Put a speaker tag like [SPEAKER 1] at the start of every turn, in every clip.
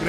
[SPEAKER 1] Good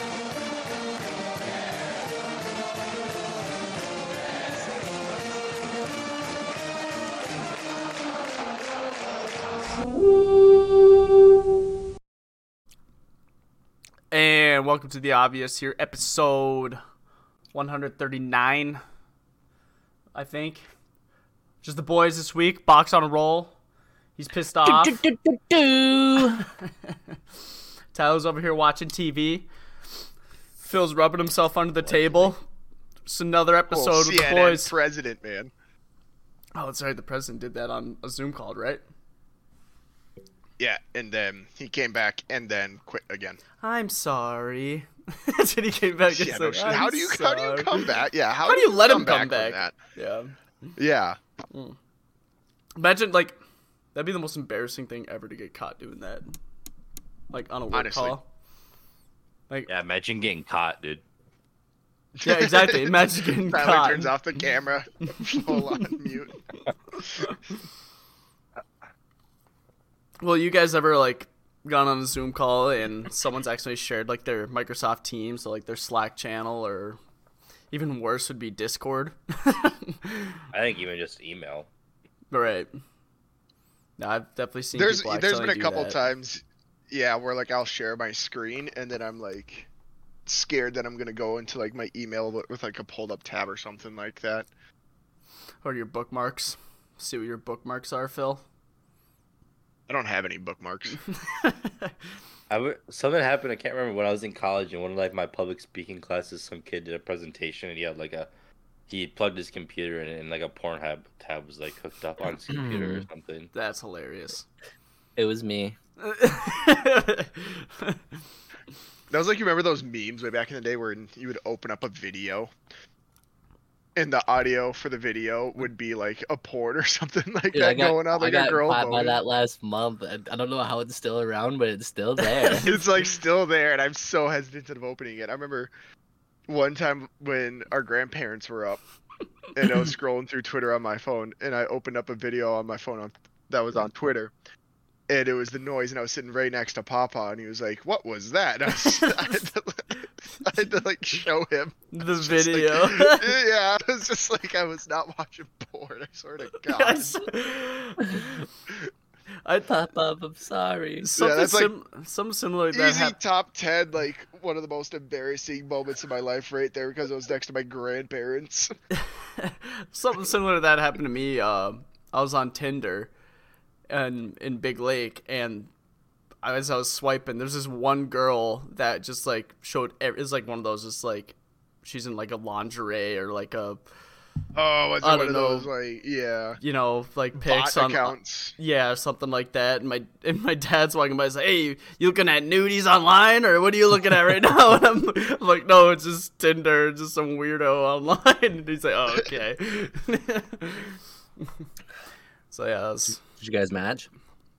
[SPEAKER 2] And welcome to the obvious here, episode 139, I think. Just the boys this week. Box on a roll. He's pissed off. Tyler's over here watching TV. Phil's rubbing himself under the table. It's another
[SPEAKER 3] Well,
[SPEAKER 2] episode with the
[SPEAKER 3] CNN
[SPEAKER 2] boys.
[SPEAKER 3] president, man.
[SPEAKER 2] oh, that's right. The president did that on a Zoom call, right?
[SPEAKER 3] Yeah, and then he came back and then quit again.
[SPEAKER 2] I'm sorry. That's when he came back. and
[SPEAKER 3] Yeah,
[SPEAKER 2] said,
[SPEAKER 3] no shit.
[SPEAKER 2] "I'm
[SPEAKER 3] How do you how do
[SPEAKER 2] sorry."
[SPEAKER 3] you come back? Yeah, how,
[SPEAKER 2] How do you let him come
[SPEAKER 3] come
[SPEAKER 2] back?
[SPEAKER 3] from that?
[SPEAKER 2] Yeah.
[SPEAKER 3] Yeah,
[SPEAKER 2] Imagine like that'd be the most embarrassing thing ever to get caught doing that. Like on a work
[SPEAKER 3] Honestly.
[SPEAKER 2] call. Like yeah,
[SPEAKER 4] Yeah, imagine getting caught, dude.
[SPEAKER 2] exactly. Imagine getting
[SPEAKER 3] Tyler
[SPEAKER 2] caught.
[SPEAKER 3] turns off the camera, full on mute.
[SPEAKER 2] Well, you guys ever like gone on a Zoom call and someone's actually shared like their Microsoft Teams, so like their Slack channel, or even worse would be Discord.
[SPEAKER 4] I think even just email.
[SPEAKER 2] right. No, I've definitely seen.
[SPEAKER 3] There's
[SPEAKER 2] people
[SPEAKER 3] there's been
[SPEAKER 2] accidentally
[SPEAKER 3] a
[SPEAKER 2] do
[SPEAKER 3] couple
[SPEAKER 2] that.
[SPEAKER 3] times, yeah, where like I'll share my screen and then I'm like scared that I'm gonna go into like my email with, with like a pulled up tab or something like that.
[SPEAKER 2] Or your bookmarks. See what your bookmarks are, Phil.
[SPEAKER 3] I don't have any bookmarks.
[SPEAKER 4] I w- something happened. I can't remember when I was in college in one of like my public speaking classes. Some kid did a presentation and he had like a he plugged his computer in and like a Pornhub tab was like hooked up on his computer
[SPEAKER 2] Hmm.
[SPEAKER 4] or something.
[SPEAKER 2] That's hilarious.
[SPEAKER 5] It was me.
[SPEAKER 3] That was like you remember those memes way back in the day where you would open up a video and the audio for the video would be like a porn or something like
[SPEAKER 5] Dude,
[SPEAKER 3] that
[SPEAKER 5] I got,
[SPEAKER 3] going on
[SPEAKER 5] I
[SPEAKER 3] like
[SPEAKER 5] got
[SPEAKER 3] a girl
[SPEAKER 5] caught by
[SPEAKER 3] moaning.
[SPEAKER 5] that last month. I, I don't know how it's still around, but it's still there.
[SPEAKER 3] It's like still there and I'm so hesitant of opening it. I remember one time when our grandparents were up and I was scrolling through Twitter on my phone and I opened up a video on my phone on that was on Twitter. And it was the noise, and I was sitting right next to Papa, and he was like, "What was that?" And I, was, I, had to, I had to like show him.
[SPEAKER 2] the
[SPEAKER 3] just like-
[SPEAKER 2] video.
[SPEAKER 3] yeah, I was just like, I was not watching porn. I swear to God.
[SPEAKER 2] Yes. I thought
[SPEAKER 5] Pop up. I'm sorry.
[SPEAKER 2] something
[SPEAKER 3] that's like-
[SPEAKER 2] sim- something similar to that
[SPEAKER 3] Easy
[SPEAKER 2] happened.
[SPEAKER 3] top ten, like one of the most embarrassing moments of my life, right there, because I was next to my grandparents.
[SPEAKER 2] something similar to that happened to me. Uh, I was on Tinder, and in Big Lake, and I- as I was swiping, there's this one girl that just like showed. ev- It's like one of those. It's like she's in like a lingerie or like a
[SPEAKER 3] Oh, was it
[SPEAKER 2] I
[SPEAKER 3] one
[SPEAKER 2] don't
[SPEAKER 3] of
[SPEAKER 2] know.
[SPEAKER 3] those like yeah,
[SPEAKER 2] you know like pics
[SPEAKER 3] bot
[SPEAKER 2] on
[SPEAKER 3] accounts?
[SPEAKER 2] Yeah, or something like that. And my and my dad's walking by, he's like, "Hey, you looking at nudies online, or what are you looking at right now?" And I'm, I'm like, "No, it's just Tinder, it's just some weirdo online." And he's like, "Oh, okay." so yeah, that was,
[SPEAKER 5] Did you guys match?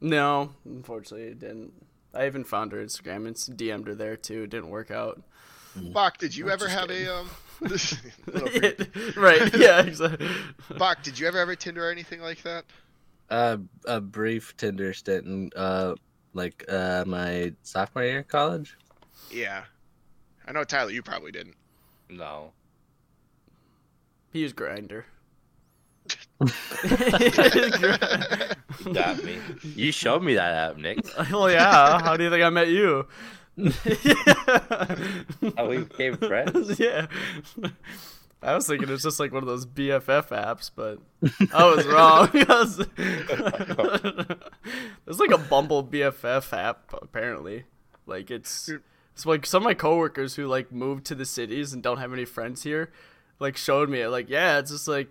[SPEAKER 2] no, unfortunately, it didn't. I even found her Instagram and DM'd her there too. It didn't work out.
[SPEAKER 3] Bach, did you ever have a um? little creep.
[SPEAKER 2] right? Yeah. Exactly.
[SPEAKER 3] Bach, did you ever have a Tinder or anything like that?
[SPEAKER 5] Uh, a brief Tinder stint in uh, like uh, my sophomore year of college.
[SPEAKER 3] Yeah, I know Tyler, you probably didn't.
[SPEAKER 4] No,
[SPEAKER 2] He used grinder.
[SPEAKER 4] you got me. you showed me that app, Nick.
[SPEAKER 2] Well, yeah. How do you think I met you?
[SPEAKER 4] How Oh, we became friends.
[SPEAKER 2] yeah. I was thinking it was just like one of those BFF apps, but I was wrong. I was- There's like a Bumble BFF app apparently. Like it's it's like some of my coworkers who like moved to the cities and don't have any friends here, like showed me it. Like yeah, it's just like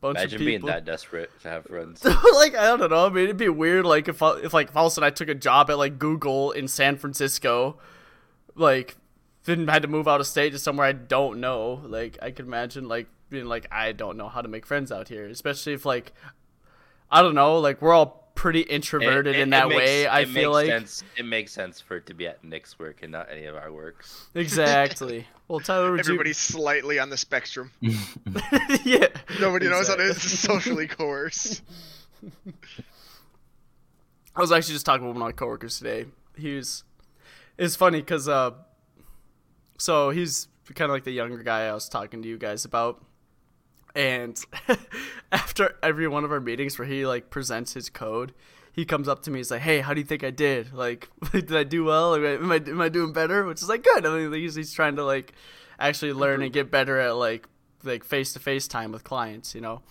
[SPEAKER 2] bunch
[SPEAKER 4] Imagine
[SPEAKER 2] of
[SPEAKER 4] being
[SPEAKER 2] people.
[SPEAKER 4] that desperate to have friends.
[SPEAKER 2] like I don't know. I mean, it'd be weird. Like if I, if like if all of a sudden I took a job at like Google in San Francisco, like then had to move out of state to somewhere I don't know. Like I could imagine like being like I don't know how to make friends out here, especially if like I don't know, like we're all pretty introverted in that
[SPEAKER 4] makes-
[SPEAKER 2] way. I
[SPEAKER 4] it
[SPEAKER 2] feel
[SPEAKER 4] makes
[SPEAKER 2] like
[SPEAKER 4] sense- it makes sense for it to be at Nick's work and not any of our works.
[SPEAKER 2] exactly. Well, Tyler, would
[SPEAKER 3] Everybody's slightly on the spectrum.
[SPEAKER 2] you... yeah.
[SPEAKER 3] Nobody knows how to
[SPEAKER 2] Exactly.
[SPEAKER 3] socially coerce.
[SPEAKER 2] I was actually just talking with one of my coworkers today. He's it's funny because uh, so he's kind of like the younger guy I was talking to you guys about, and after every one of our meetings where he like presents his code, he comes up to me. He's like, "Hey, how do you think I did? Like, did I do well? Like, am I am I doing better?" Which is like good. I mean, he's he's trying to like actually learn and get better at like like face to face time with clients, you know.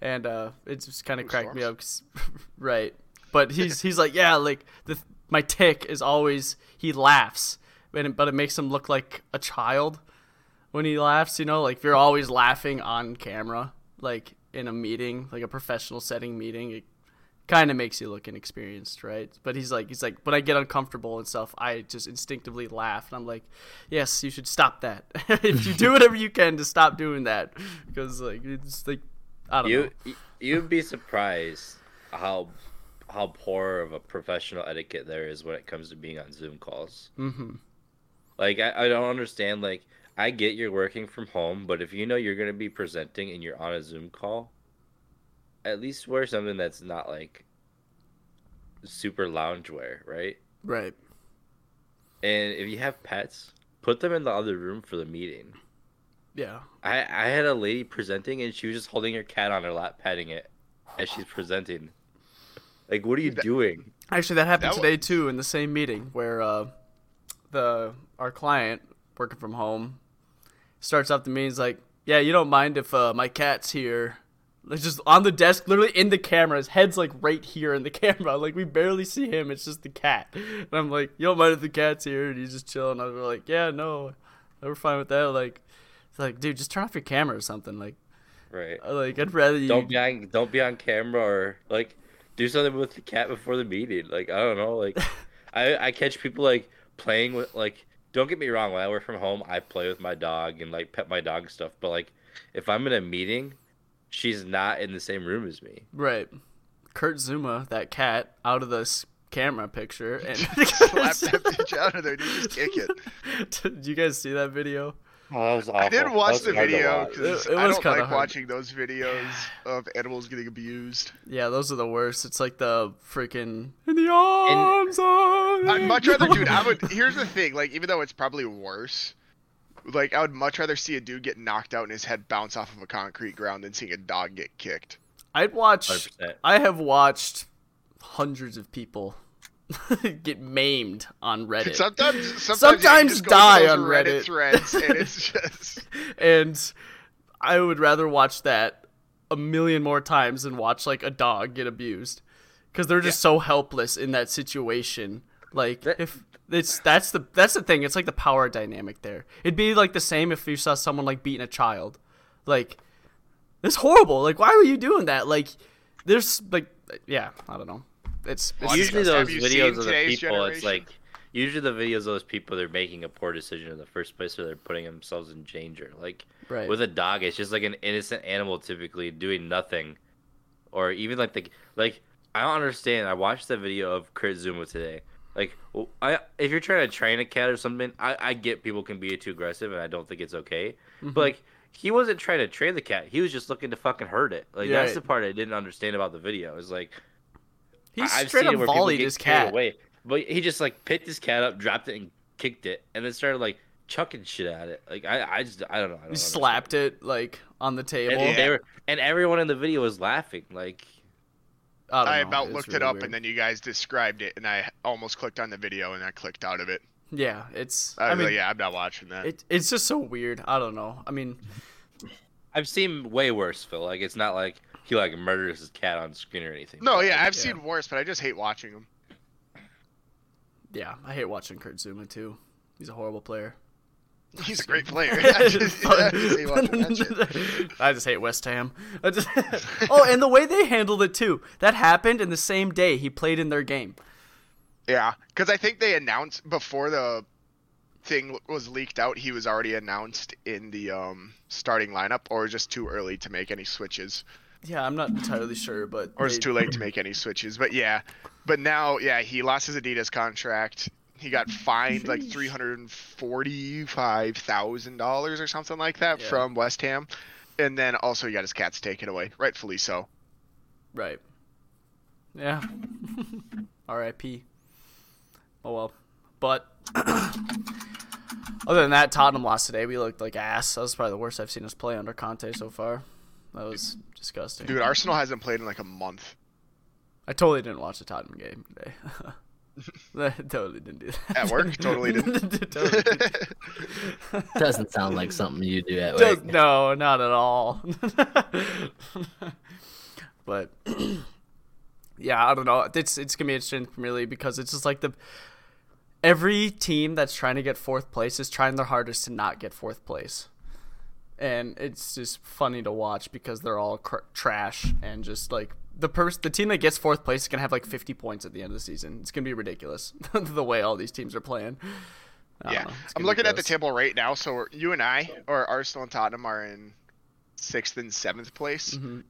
[SPEAKER 2] And uh, it just kind of cracked me up, 'cause- right? But he's he's like, yeah, like the my tick is always he laughs, and it- but it makes him look like a child when he laughs. You know, like if you're always laughing on camera, like in a meeting, like a professional setting meeting, it kind of makes you look inexperienced, right? But he's like, he's like, when I get uncomfortable and stuff, I just instinctively laugh, and I'm like, yes, you should stop that. if you do whatever you can to stop doing that, because like it's like, I don't know.
[SPEAKER 4] You you- you'd be surprised how how poor of a professional etiquette there is when it comes to being on Zoom calls.
[SPEAKER 2] Mm-hmm.
[SPEAKER 4] Like I, I don't understand. Like I get you're working from home, but if you know you're gonna be presenting and you're on a Zoom call, at least wear something that's not like super loungewear, right?
[SPEAKER 2] Right.
[SPEAKER 4] And if you have pets, put them in the other room for the meeting.
[SPEAKER 2] Yeah.
[SPEAKER 4] I I had a lady presenting and she was just holding her cat on her lap, petting it as she's presenting. Like, what are you doing?
[SPEAKER 2] Actually, that happened
[SPEAKER 3] That
[SPEAKER 2] today too in the same meeting where uh, the our client working from home starts up to me. He's like, "Yeah, you don't mind if uh, my cat's here." Like just on the desk, literally in the camera. His head's like right here in the camera. Like we barely see him. It's just the cat. And I'm like, "You don't mind if the cat's here?" And he's just chilling. I'm like, "Yeah, no, we're fine with that." Like, it's like, dude, just turn off your camera or something. Like,
[SPEAKER 4] Right.
[SPEAKER 3] Uh,
[SPEAKER 2] like I'd rather you
[SPEAKER 4] Don't be on don't be on camera or like do something with the cat before the meeting. Like I don't know. Like I I catch people like playing with like. Don't get me wrong. When I work from home, I play with my dog and like pet my dog and stuff. But like, if I'm in a meeting, she's not in the same room as me.
[SPEAKER 2] Right. Kurt Zuma, that cat, out of this camera picture. And
[SPEAKER 3] Slap that bitch out of there, dude. Just kick it.
[SPEAKER 2] Did you guys see that video?
[SPEAKER 4] Oh, that was awful.
[SPEAKER 3] I did watch the video because
[SPEAKER 2] It- it
[SPEAKER 3] I
[SPEAKER 2] was
[SPEAKER 3] don't
[SPEAKER 2] kinda
[SPEAKER 3] like
[SPEAKER 2] hard.
[SPEAKER 3] watching those videos of animals getting abused.
[SPEAKER 2] Yeah, those are the worst. It's like the freaking in the arms. of-
[SPEAKER 3] I'd much rather, dude. I would. Here's the thing. Like, even though it's probably worse, like I would much rather see a dude get knocked out and his head bounce off of a concrete ground than seeing a dog get kicked.
[SPEAKER 2] I'd watch.
[SPEAKER 4] 100%.
[SPEAKER 2] I have watched hundreds of people get maimed on Reddit.
[SPEAKER 3] Sometimes, sometimes,
[SPEAKER 2] Sometimes
[SPEAKER 3] you just
[SPEAKER 2] die
[SPEAKER 3] go to those
[SPEAKER 2] on Reddit.
[SPEAKER 3] threads, and it's just
[SPEAKER 2] and I would rather watch that a million more times than watch like a dog get abused because they're just so helpless in that situation. Like
[SPEAKER 4] That-
[SPEAKER 2] if it's that's the that's the thing. It's like the power dynamic there. It'd be like the same if you saw someone like beating a child. Like it's horrible. Like why were you doing that? Like there's like yeah I don't know. It's, it's
[SPEAKER 4] usually
[SPEAKER 2] disgusting.
[SPEAKER 4] those
[SPEAKER 3] Have you
[SPEAKER 4] videos
[SPEAKER 3] seen
[SPEAKER 4] of the
[SPEAKER 3] today's
[SPEAKER 4] people
[SPEAKER 3] generation?
[SPEAKER 4] it's like usually the videos of those people they're making a poor decision in the first place or they're putting themselves in danger like
[SPEAKER 2] Right.
[SPEAKER 4] with a dog it's just like an innocent animal typically doing nothing or even like the like i don't understand i watched the video of kurt zuma today like w- I, if you're trying to train a cat or something i, I get people can be too aggressive and i don't think it's okay but like he wasn't trying to train the cat he was just looking to fucking hurt it like
[SPEAKER 2] Yeah.
[SPEAKER 4] that's the part i didn't understand about the video is like
[SPEAKER 2] he
[SPEAKER 4] I- I've
[SPEAKER 2] straight
[SPEAKER 4] seen
[SPEAKER 2] up
[SPEAKER 4] it where people
[SPEAKER 2] volleyed
[SPEAKER 4] get
[SPEAKER 2] his
[SPEAKER 4] carried
[SPEAKER 2] cat.
[SPEAKER 4] Away. But he just like picked his cat up, dropped it, and kicked it, and then started like chucking shit at it. Like I, I just, I don't know. I don't
[SPEAKER 2] He slapped it like on the table.
[SPEAKER 4] And they were, and everyone in the video was laughing. Like
[SPEAKER 2] I, don't
[SPEAKER 3] I
[SPEAKER 2] know.
[SPEAKER 3] about
[SPEAKER 2] It's
[SPEAKER 3] looked it
[SPEAKER 2] really
[SPEAKER 3] up,
[SPEAKER 2] weird.
[SPEAKER 3] and then you guys described it, and I almost clicked on the video, and I clicked out of it.
[SPEAKER 2] yeah, it's.
[SPEAKER 3] I,
[SPEAKER 2] I
[SPEAKER 3] was
[SPEAKER 2] mean,
[SPEAKER 3] like, yeah, I'm not watching that.
[SPEAKER 2] It, it's just so weird. I don't know. I mean,
[SPEAKER 4] I've seen way worse, Phil. Like it's not like he like murders his cat on screen or anything.
[SPEAKER 3] no, yeah, I've
[SPEAKER 2] yeah.
[SPEAKER 3] seen worse, but I just hate watching them.
[SPEAKER 2] yeah, I hate watching Kurt Zuma too. He's a horrible player.
[SPEAKER 3] He's a great player. I just, I just hate watching that shit.
[SPEAKER 2] I just hate West Ham. I just- oh, and the way they handled it too. That happened in the same day he played in their game.
[SPEAKER 3] Yeah, because I think they announced before the thing was leaked out, he was already announced in the um, starting lineup, or just too early to make any switches,
[SPEAKER 2] Yeah, I'm not entirely sure, but
[SPEAKER 3] or it's
[SPEAKER 2] they-
[SPEAKER 3] too late to make any switches. But yeah, but now yeah, he lost his Adidas contract. He got fined like three hundred and forty-five thousand dollars or something like that
[SPEAKER 2] Yeah.
[SPEAKER 3] from West Ham, and then also he got his cats taken away, rightfully so.
[SPEAKER 2] Right. Yeah. R.I.P. Oh well. But other than that, Tottenham lost today. We looked like ass. That was probably the worst I've seen us play under Conte so far. That was disgusting.
[SPEAKER 3] Dude, Arsenal hasn't played in like a month
[SPEAKER 2] I totally didn't watch the Tottenham game today. I totally didn't do that.
[SPEAKER 3] at work. totally didn't.
[SPEAKER 2] Totally didn't.
[SPEAKER 5] Doesn't sound like something you do at
[SPEAKER 2] Does-
[SPEAKER 5] work.
[SPEAKER 2] no, not at all. but yeah, I don't know. It's it's gonna be interesting in the Premier League because it's just like the every team that's trying to get fourth place is trying their hardest to not get fourth place, and it's just funny to watch because they're all cr- trash and just like. The pers- the team that gets fourth place is gonna have like 50 points at the end of the season. It's gonna be ridiculous the way all these teams are playing. I don't
[SPEAKER 3] Yeah,
[SPEAKER 2] know. It's gonna
[SPEAKER 3] I'm
[SPEAKER 2] be
[SPEAKER 3] looking at the
[SPEAKER 2] gross.
[SPEAKER 3] table right now. So we're- you and I, or Arsenal and Tottenham, are in sixth and seventh place,
[SPEAKER 2] Mm-hmm.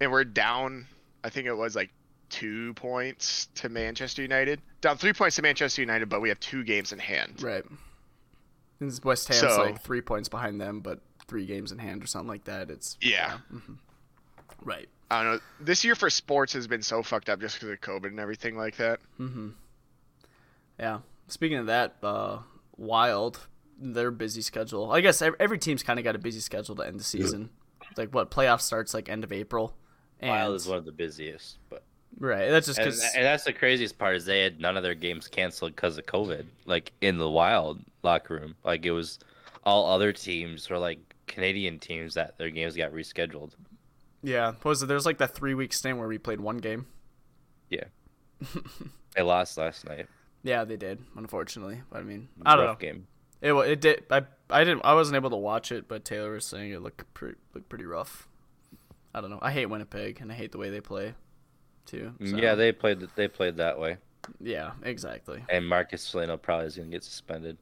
[SPEAKER 3] and we're down. I think it was like two points to Manchester United. Down three points to Manchester United, but we have two games in hand.
[SPEAKER 2] Right. And it's West Ham's
[SPEAKER 3] So-
[SPEAKER 2] like three points behind them, but three games in hand or something like that. It's
[SPEAKER 3] Yeah,
[SPEAKER 2] right.
[SPEAKER 3] I don't know. This year for sports has been so fucked up just because of COVID and everything like that.
[SPEAKER 2] Yeah. Speaking of that, uh, Wild, their busy schedule. I guess ev- every team's kind of got a busy schedule to end the season. Like what playoff starts like end of April. And,
[SPEAKER 4] Wild is one of the busiest, but
[SPEAKER 2] Right. That's just
[SPEAKER 4] and,
[SPEAKER 2] because.
[SPEAKER 4] and that's the craziest part is they had none of their games canceled because of COVID. Like in the Wild locker room, like it was all other teams or like Canadian teams that their games got rescheduled.
[SPEAKER 2] Yeah. What was it? There's like that three week stint where we played one game.
[SPEAKER 4] Yeah, they lost last night.
[SPEAKER 2] Yeah, they did, unfortunately. But I mean, I don't know.
[SPEAKER 4] Rough game.
[SPEAKER 2] It wa- it did. I I didn't. I wasn't able to watch it, but Taylor was saying it looked pretty looked pretty rough. I don't know. I hate Winnipeg, and I hate the way they play, too. so-
[SPEAKER 4] Mm, Yeah, they played. th- They played that way,
[SPEAKER 2] yeah, exactly.
[SPEAKER 4] and Marcus Foligno probably is gonna get suspended.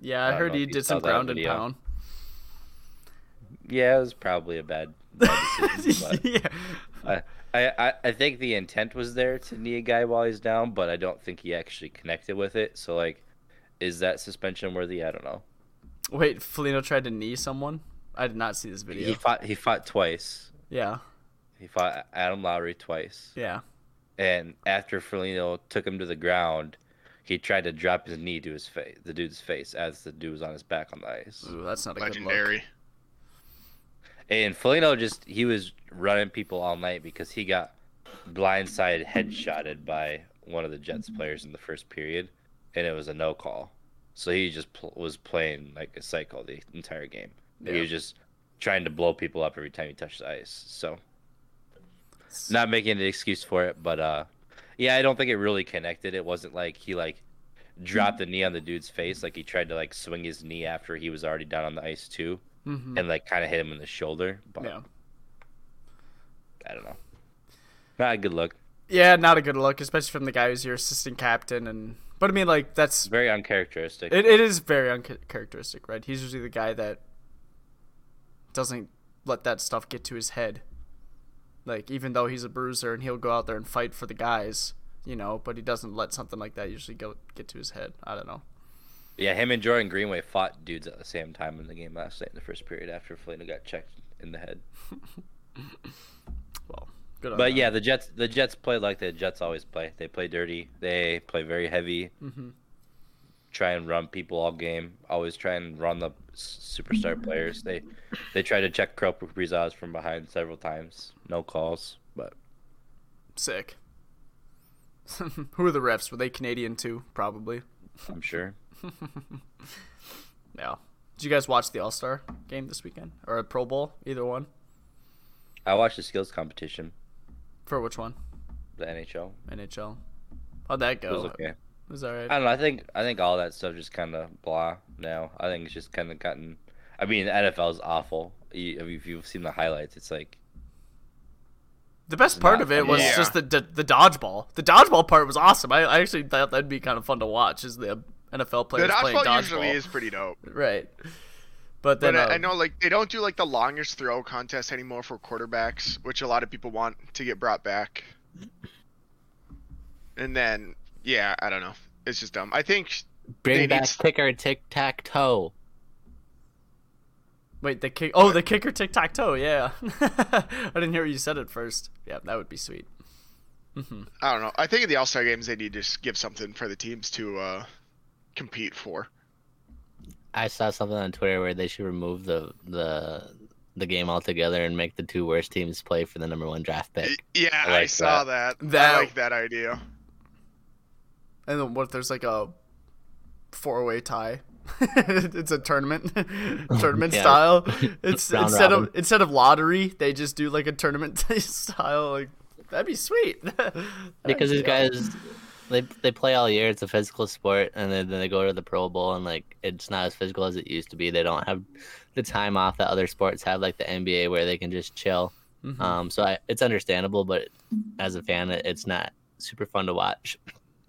[SPEAKER 2] Yeah, I,
[SPEAKER 4] don't
[SPEAKER 2] heard
[SPEAKER 4] know
[SPEAKER 2] he
[SPEAKER 4] if you
[SPEAKER 2] did
[SPEAKER 4] saw
[SPEAKER 2] some
[SPEAKER 4] that
[SPEAKER 2] ground and
[SPEAKER 4] video.
[SPEAKER 2] pound.
[SPEAKER 4] Yeah, it was probably a bad. bad decision, but-
[SPEAKER 2] yeah,
[SPEAKER 4] I, I, I- I think the intent was there to knee a guy while he's down, but I don't think he actually connected with it. So like, is that suspension worthy? I don't know.
[SPEAKER 2] wait, Felino tried to knee someone. I did not see this video.
[SPEAKER 4] He fought. He fought twice.
[SPEAKER 2] yeah,
[SPEAKER 4] He fought Adam Lowry twice,
[SPEAKER 2] yeah,
[SPEAKER 4] and after Foligno took him to the ground, he tried to drop his knee to his face, the dude's face, as the dude was on his back on the ice.
[SPEAKER 2] Ooh, that's not a good
[SPEAKER 3] Legendary.
[SPEAKER 4] And Foligno just he was running people all night because he got blindsided, headshotted by one of the Jets players in the first period, and it was a no call. So he just pl- was playing like a psycho the entire game. He
[SPEAKER 2] Yeah.
[SPEAKER 4] was just trying to blow people up every time he touched the ice. So not making an excuse for it, but uh, yeah, I don't think it really connected. It wasn't like he like dropped the knee on the dude's face, like he tried to like swing his knee after he was already down on the ice too, and like kind of hit him in the shoulder. But
[SPEAKER 2] look. Mm-hmm. Yeah,
[SPEAKER 4] I don't know. Not a good look.
[SPEAKER 2] yeah, not a good look, especially from the guy who's your assistant captain. And but I mean, like that's
[SPEAKER 4] Very uncharacteristic.
[SPEAKER 2] It, it is very uncharacteristic, right? He's usually the guy that doesn't let that stuff get to his head. Like, even though he's a bruiser and he'll go out there and fight for the guys, you know, but he doesn't let something like that usually go get to his head. I don't know.
[SPEAKER 4] yeah, him and Jordan Greenway fought dudes at the same time in the game last night in the first period after Felino got checked in the head.
[SPEAKER 2] Uh-huh. Well, good on
[SPEAKER 4] But
[SPEAKER 2] them.
[SPEAKER 4] yeah, the Jets the Jets play like the Jets always play. They play dirty. They play very heavy.
[SPEAKER 2] Mm-hmm.
[SPEAKER 4] Try and run people all game. Always try and run the s- superstar players. They they try to check Kropo Brizaz from behind several times. No calls. But
[SPEAKER 2] Sick. Who are the refs? Were they Canadian too? Probably.
[SPEAKER 4] I'm sure
[SPEAKER 2] Yeah. Did you guys watch the All Star game this weekend? Or a Pro Bowl? Either one?
[SPEAKER 4] I watched the skills competition,
[SPEAKER 2] For which one?
[SPEAKER 4] the NHL.
[SPEAKER 2] NHL. How'd that
[SPEAKER 4] It
[SPEAKER 2] go?
[SPEAKER 4] was okay.
[SPEAKER 2] It was alright.
[SPEAKER 4] I don't know. I think I think all that stuff just kind of blah now. I think it's just kind of gotten. I mean, the NFL is awful. You, I mean, if you've seen the highlights, it's like
[SPEAKER 2] The best part
[SPEAKER 4] not
[SPEAKER 2] of it
[SPEAKER 4] fun.
[SPEAKER 2] was
[SPEAKER 3] Yeah.
[SPEAKER 2] just the, the the dodgeball. The dodgeball part was awesome. I, I actually thought that'd be kind of fun to watch. Is the NFL
[SPEAKER 3] The
[SPEAKER 2] players playing
[SPEAKER 3] dodgeball
[SPEAKER 2] dodgeball.
[SPEAKER 3] usually is pretty dope.
[SPEAKER 2] Right. But then
[SPEAKER 3] But I, I
[SPEAKER 2] um,
[SPEAKER 3] know like they don't do like the longest throw contest anymore for quarterbacks, which a lot of people want to get brought back. And then yeah, I don't know. It's just dumb. I think They
[SPEAKER 6] Bring
[SPEAKER 3] need
[SPEAKER 6] back
[SPEAKER 3] s-
[SPEAKER 6] kicker tic tac toe.
[SPEAKER 2] Wait, the kick. Oh, the kicker tic tac toe. Yeah, I didn't hear you said it first. Yeah, that would be sweet.
[SPEAKER 3] I don't know. I think in the All Star games they need to just give something for the teams to uh, compete for.
[SPEAKER 6] I saw something on Twitter where they should remove the the the game altogether and make the two worst teams play for the number one draft
[SPEAKER 3] Y-
[SPEAKER 6] pick.
[SPEAKER 3] Yeah,
[SPEAKER 4] I
[SPEAKER 3] I,
[SPEAKER 4] like
[SPEAKER 3] saw that.
[SPEAKER 2] That-
[SPEAKER 3] I like that idea.
[SPEAKER 2] And then what if there's like a four way tie? it's a tournament, tournament
[SPEAKER 6] Yeah.
[SPEAKER 2] style. It's
[SPEAKER 6] Round
[SPEAKER 2] instead of
[SPEAKER 6] robin.
[SPEAKER 2] instead of lottery, they just do like a tournament style. Like that'd be sweet. That'd
[SPEAKER 6] Because these
[SPEAKER 2] be awesome.
[SPEAKER 6] guys, they they play all year. It's a physical sport, and then, then they go to the Pro Bowl, and like it's not as physical as it used to be. They don't have the time off that other sports have, like the NBA, where they can just chill.
[SPEAKER 2] Mhm.
[SPEAKER 6] Um, so I, it's understandable, but as a fan, it, it's not super fun to watch